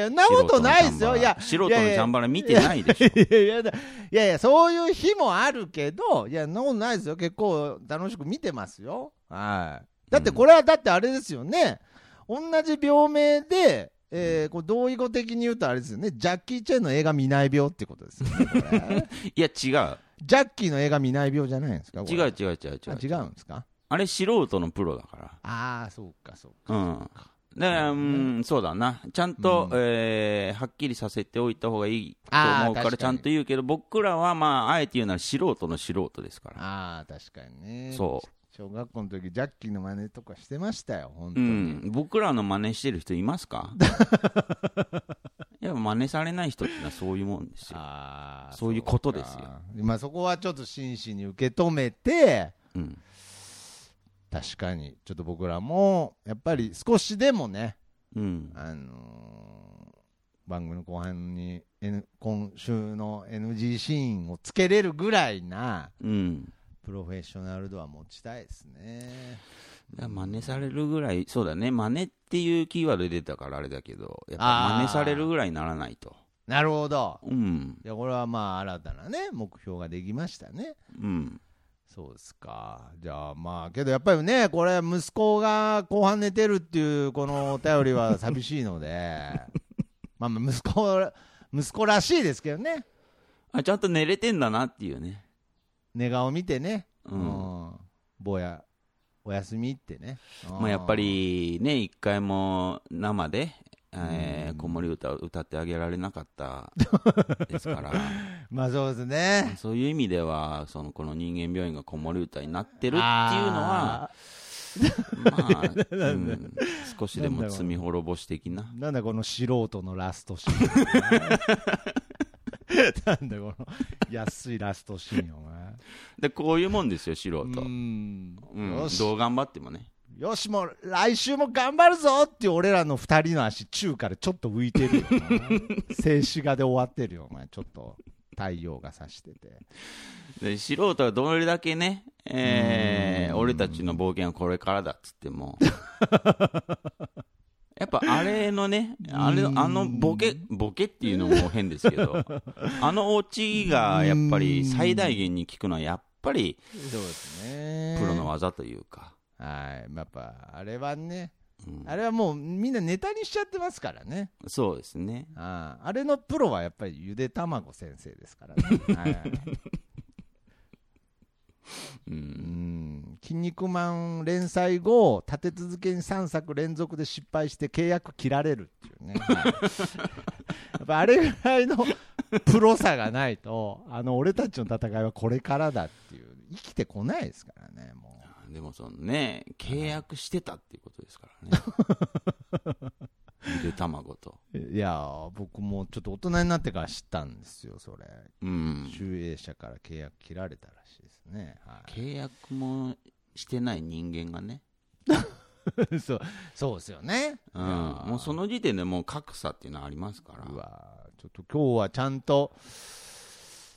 [SPEAKER 3] やいや、なことないですよ。いや、
[SPEAKER 4] 素人のジャンバラ見てないでしょ。
[SPEAKER 3] いやいやだいやいや、そういう日もあるけど、いや、そんなことないですよ。結構楽しく見てますよ。はい。だってこれは、だってあれですよね。同じ病名で、えーこう同意語的に言うとあれですよね。ジャッキー・チェンの映画見ない病ってことですよね。 これ
[SPEAKER 4] いや、違う。
[SPEAKER 3] ジャッキーの映画見ない病じゃないんですかこれ
[SPEAKER 4] 違う違う違う違
[SPEAKER 3] あ
[SPEAKER 4] う。
[SPEAKER 3] 違うんですか
[SPEAKER 4] あれ、素人のプロだか
[SPEAKER 3] ああ、そうか、そうか。
[SPEAKER 4] ら。うん。だから、うん、そうだな。ちゃんと
[SPEAKER 3] うん、
[SPEAKER 4] えーはっきりさせておいた方がいいと
[SPEAKER 3] あー
[SPEAKER 4] 思うか、
[SPEAKER 3] 確からに
[SPEAKER 4] ちゃんと言うけど、僕らは、まあ、あえて言うなら素人の素人ですから。
[SPEAKER 3] ああ、確かにね。
[SPEAKER 4] そ
[SPEAKER 3] 小学校の時、ジャッキーの真似とかしてましたよ、本
[SPEAKER 4] う。う
[SPEAKER 3] 当に。
[SPEAKER 4] ん。僕らの真似してる人いま すかやっぱ真似されない人ってのはそういうもんですよ。
[SPEAKER 3] あー
[SPEAKER 4] そういうことですよ
[SPEAKER 3] そうかまあそこはちょっと真摯に受け止めて、
[SPEAKER 4] うん。
[SPEAKER 3] 確かに、ちょっと僕らも、やっぱり少しでもね、
[SPEAKER 4] うん。
[SPEAKER 3] あのー番組の後半に、N、今週の NG シーンをつけれるぐらいな、
[SPEAKER 4] うん。
[SPEAKER 3] プロフェッショナル度は持ちたいですね。
[SPEAKER 4] だから真似されるぐらい、そうだね、真似っていうキーワード出てたからあれだけど、やっぱ真似されるぐらいにならないと。
[SPEAKER 3] なるほど。
[SPEAKER 4] うん、
[SPEAKER 3] いや、これはまあ、新たなね、目標ができましたね。
[SPEAKER 4] うん、
[SPEAKER 3] そうですか。じゃあまあ、けどやっぱりね、これ、息子が後半寝てるっていう、このお便りは寂しいので、 まあまあ、息子、息子らしいですけどね、
[SPEAKER 4] あちゃんと寝れてんだなっていうね、
[SPEAKER 3] 寝顔見てね、
[SPEAKER 4] うん
[SPEAKER 3] うん坊や、おやすみってね。
[SPEAKER 4] まあ、やっぱりね、一回も生で、えー、子守歌を歌ってあげられなか ったですから、
[SPEAKER 3] うん。まあそうですね。
[SPEAKER 4] そういう意味では、そのこの人間病院が子守歌になってるっていうの
[SPEAKER 3] あ
[SPEAKER 4] は、まあ、 うん、少しでも罪滅ぼし的な。
[SPEAKER 3] なんだこの素人のラスト シーン。なんだこの安いラストシーン、お前。
[SPEAKER 4] で、こういうもんですよ、素人。
[SPEAKER 3] う
[SPEAKER 4] うん
[SPEAKER 3] よし
[SPEAKER 4] どう頑張ってもね。
[SPEAKER 3] よしもう来週も頑張るぞっていう俺らの2人の足中からちょっと浮いてるよな静止画で終わってるよお前ちょっと太陽が差してて
[SPEAKER 4] で素人はどれだけね、えー俺たちの冒険はこれからだっつっ てもやっぱあれのねあれあのボケボケっていうのも変です けどあのオチがやっぱり最大限に効くのはやっぱり
[SPEAKER 3] そうですね
[SPEAKER 4] プロの技というか、
[SPEAKER 3] はいやっぱあれはね
[SPEAKER 4] うん
[SPEAKER 3] あれはもうみんなネタにしちゃってますからね
[SPEAKER 4] そうですね
[SPEAKER 3] あああれのプロはやっぱりゆで卵先生ですからね、はい、
[SPEAKER 4] う
[SPEAKER 3] うんん「筋肉マン」連載後立て続けに3作連続で失敗して契約切られるって いうね、はいやっぱあれぐらいのプロさがないとあの俺たちの戦いはこれからだっていう生きてこないですからねも
[SPEAKER 4] でもそのね契約してたっていうことですからね ゆで卵と
[SPEAKER 3] ういや僕もちょっと大人になってから知ったんですよそれ
[SPEAKER 4] うん
[SPEAKER 3] 集英社から契約切られたらしいですね、はい
[SPEAKER 4] 契約もしてない人間がね、
[SPEAKER 3] そうそうですよね
[SPEAKER 4] うん、
[SPEAKER 3] いやー
[SPEAKER 4] もうその時点でもう格差っていうのはありますから、
[SPEAKER 3] うわーちょっと今日はちゃんと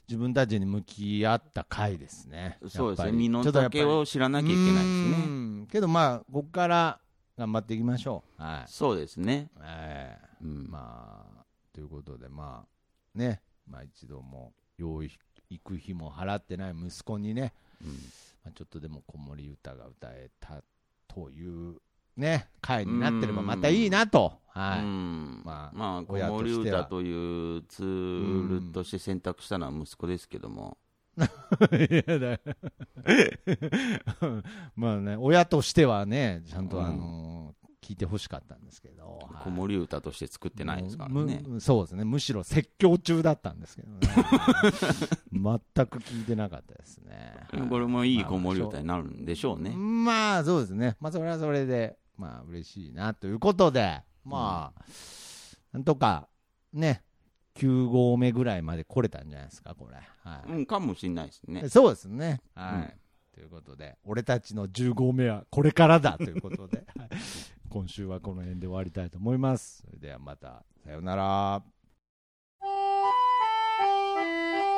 [SPEAKER 3] 自分たちに向き合った回ですね。
[SPEAKER 4] そうです
[SPEAKER 3] やっぱ
[SPEAKER 4] ね、
[SPEAKER 3] り
[SPEAKER 4] 身の丈を知らなきゃいけないで
[SPEAKER 3] ちょっとやっ
[SPEAKER 4] す。
[SPEAKER 3] ぱりう
[SPEAKER 4] ね、
[SPEAKER 3] んけどまあ、ここから頑張っていきましょう。はい。
[SPEAKER 4] そうですね、
[SPEAKER 3] え
[SPEAKER 4] う
[SPEAKER 3] え
[SPEAKER 4] ん
[SPEAKER 3] まあ、ということで、まあ、ね、まあ一度も養育費も払ってない息子にね、
[SPEAKER 4] うん
[SPEAKER 3] まあ、ちょっとでも子守歌が歌えたというね、回になってればまたいいなと。は
[SPEAKER 4] う
[SPEAKER 3] い。
[SPEAKER 4] ん
[SPEAKER 3] まあ
[SPEAKER 4] まあ、子
[SPEAKER 3] 親と
[SPEAKER 4] 守
[SPEAKER 3] しては
[SPEAKER 4] 歌というツールとして選択したのは息子ですけども、
[SPEAKER 3] いやだまあね親としてはねちゃんと、
[SPEAKER 4] うん
[SPEAKER 3] あのー聞いてほしかったんですけど
[SPEAKER 4] 子守歌として作ってないですからね、
[SPEAKER 3] むそうですねむしろ説教中だったんですけど ね全く聞いてなかったですね
[SPEAKER 4] うんこれもいい子守歌になるんでしょうね。
[SPEAKER 3] まあそうですねまあそれはそれでまあ嬉しいなということでまあ、なんとかね9合目ぐらいまで来れたんじゃないですかこれ、はい
[SPEAKER 4] うん、かもしれないですね。
[SPEAKER 3] そうですね。はい。
[SPEAKER 4] うん
[SPEAKER 3] ということで、俺たちの10号目はこれからだ ということで、はい今週はこの辺で終わりたいと思います。それではまた、さようなら。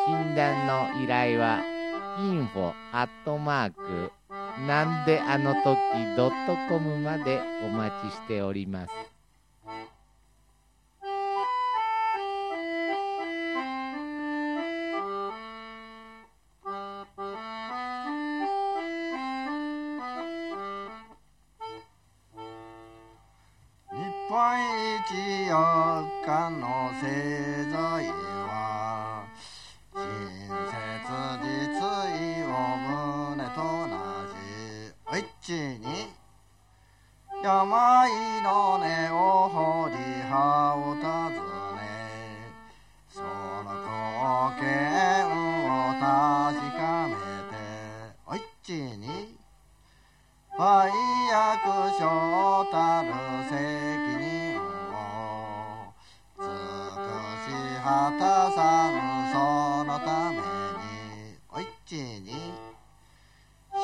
[SPEAKER 5] 診断の依頼は info アットマークなんであの時ドットコムまでお待ちしております。
[SPEAKER 6] 日本一四日の製材は親切実意を胸となじ一ちに病の根を掘り葉を尋ねその貢献を確かめて一ちに売約所たる責任を尽くし果たさぬそのためにおいちに進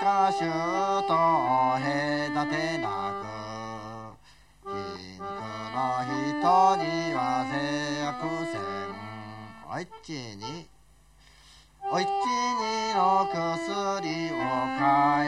[SPEAKER 6] 化種と隔てなく貧苦の人には制約せんおいちにおいちにの薬を買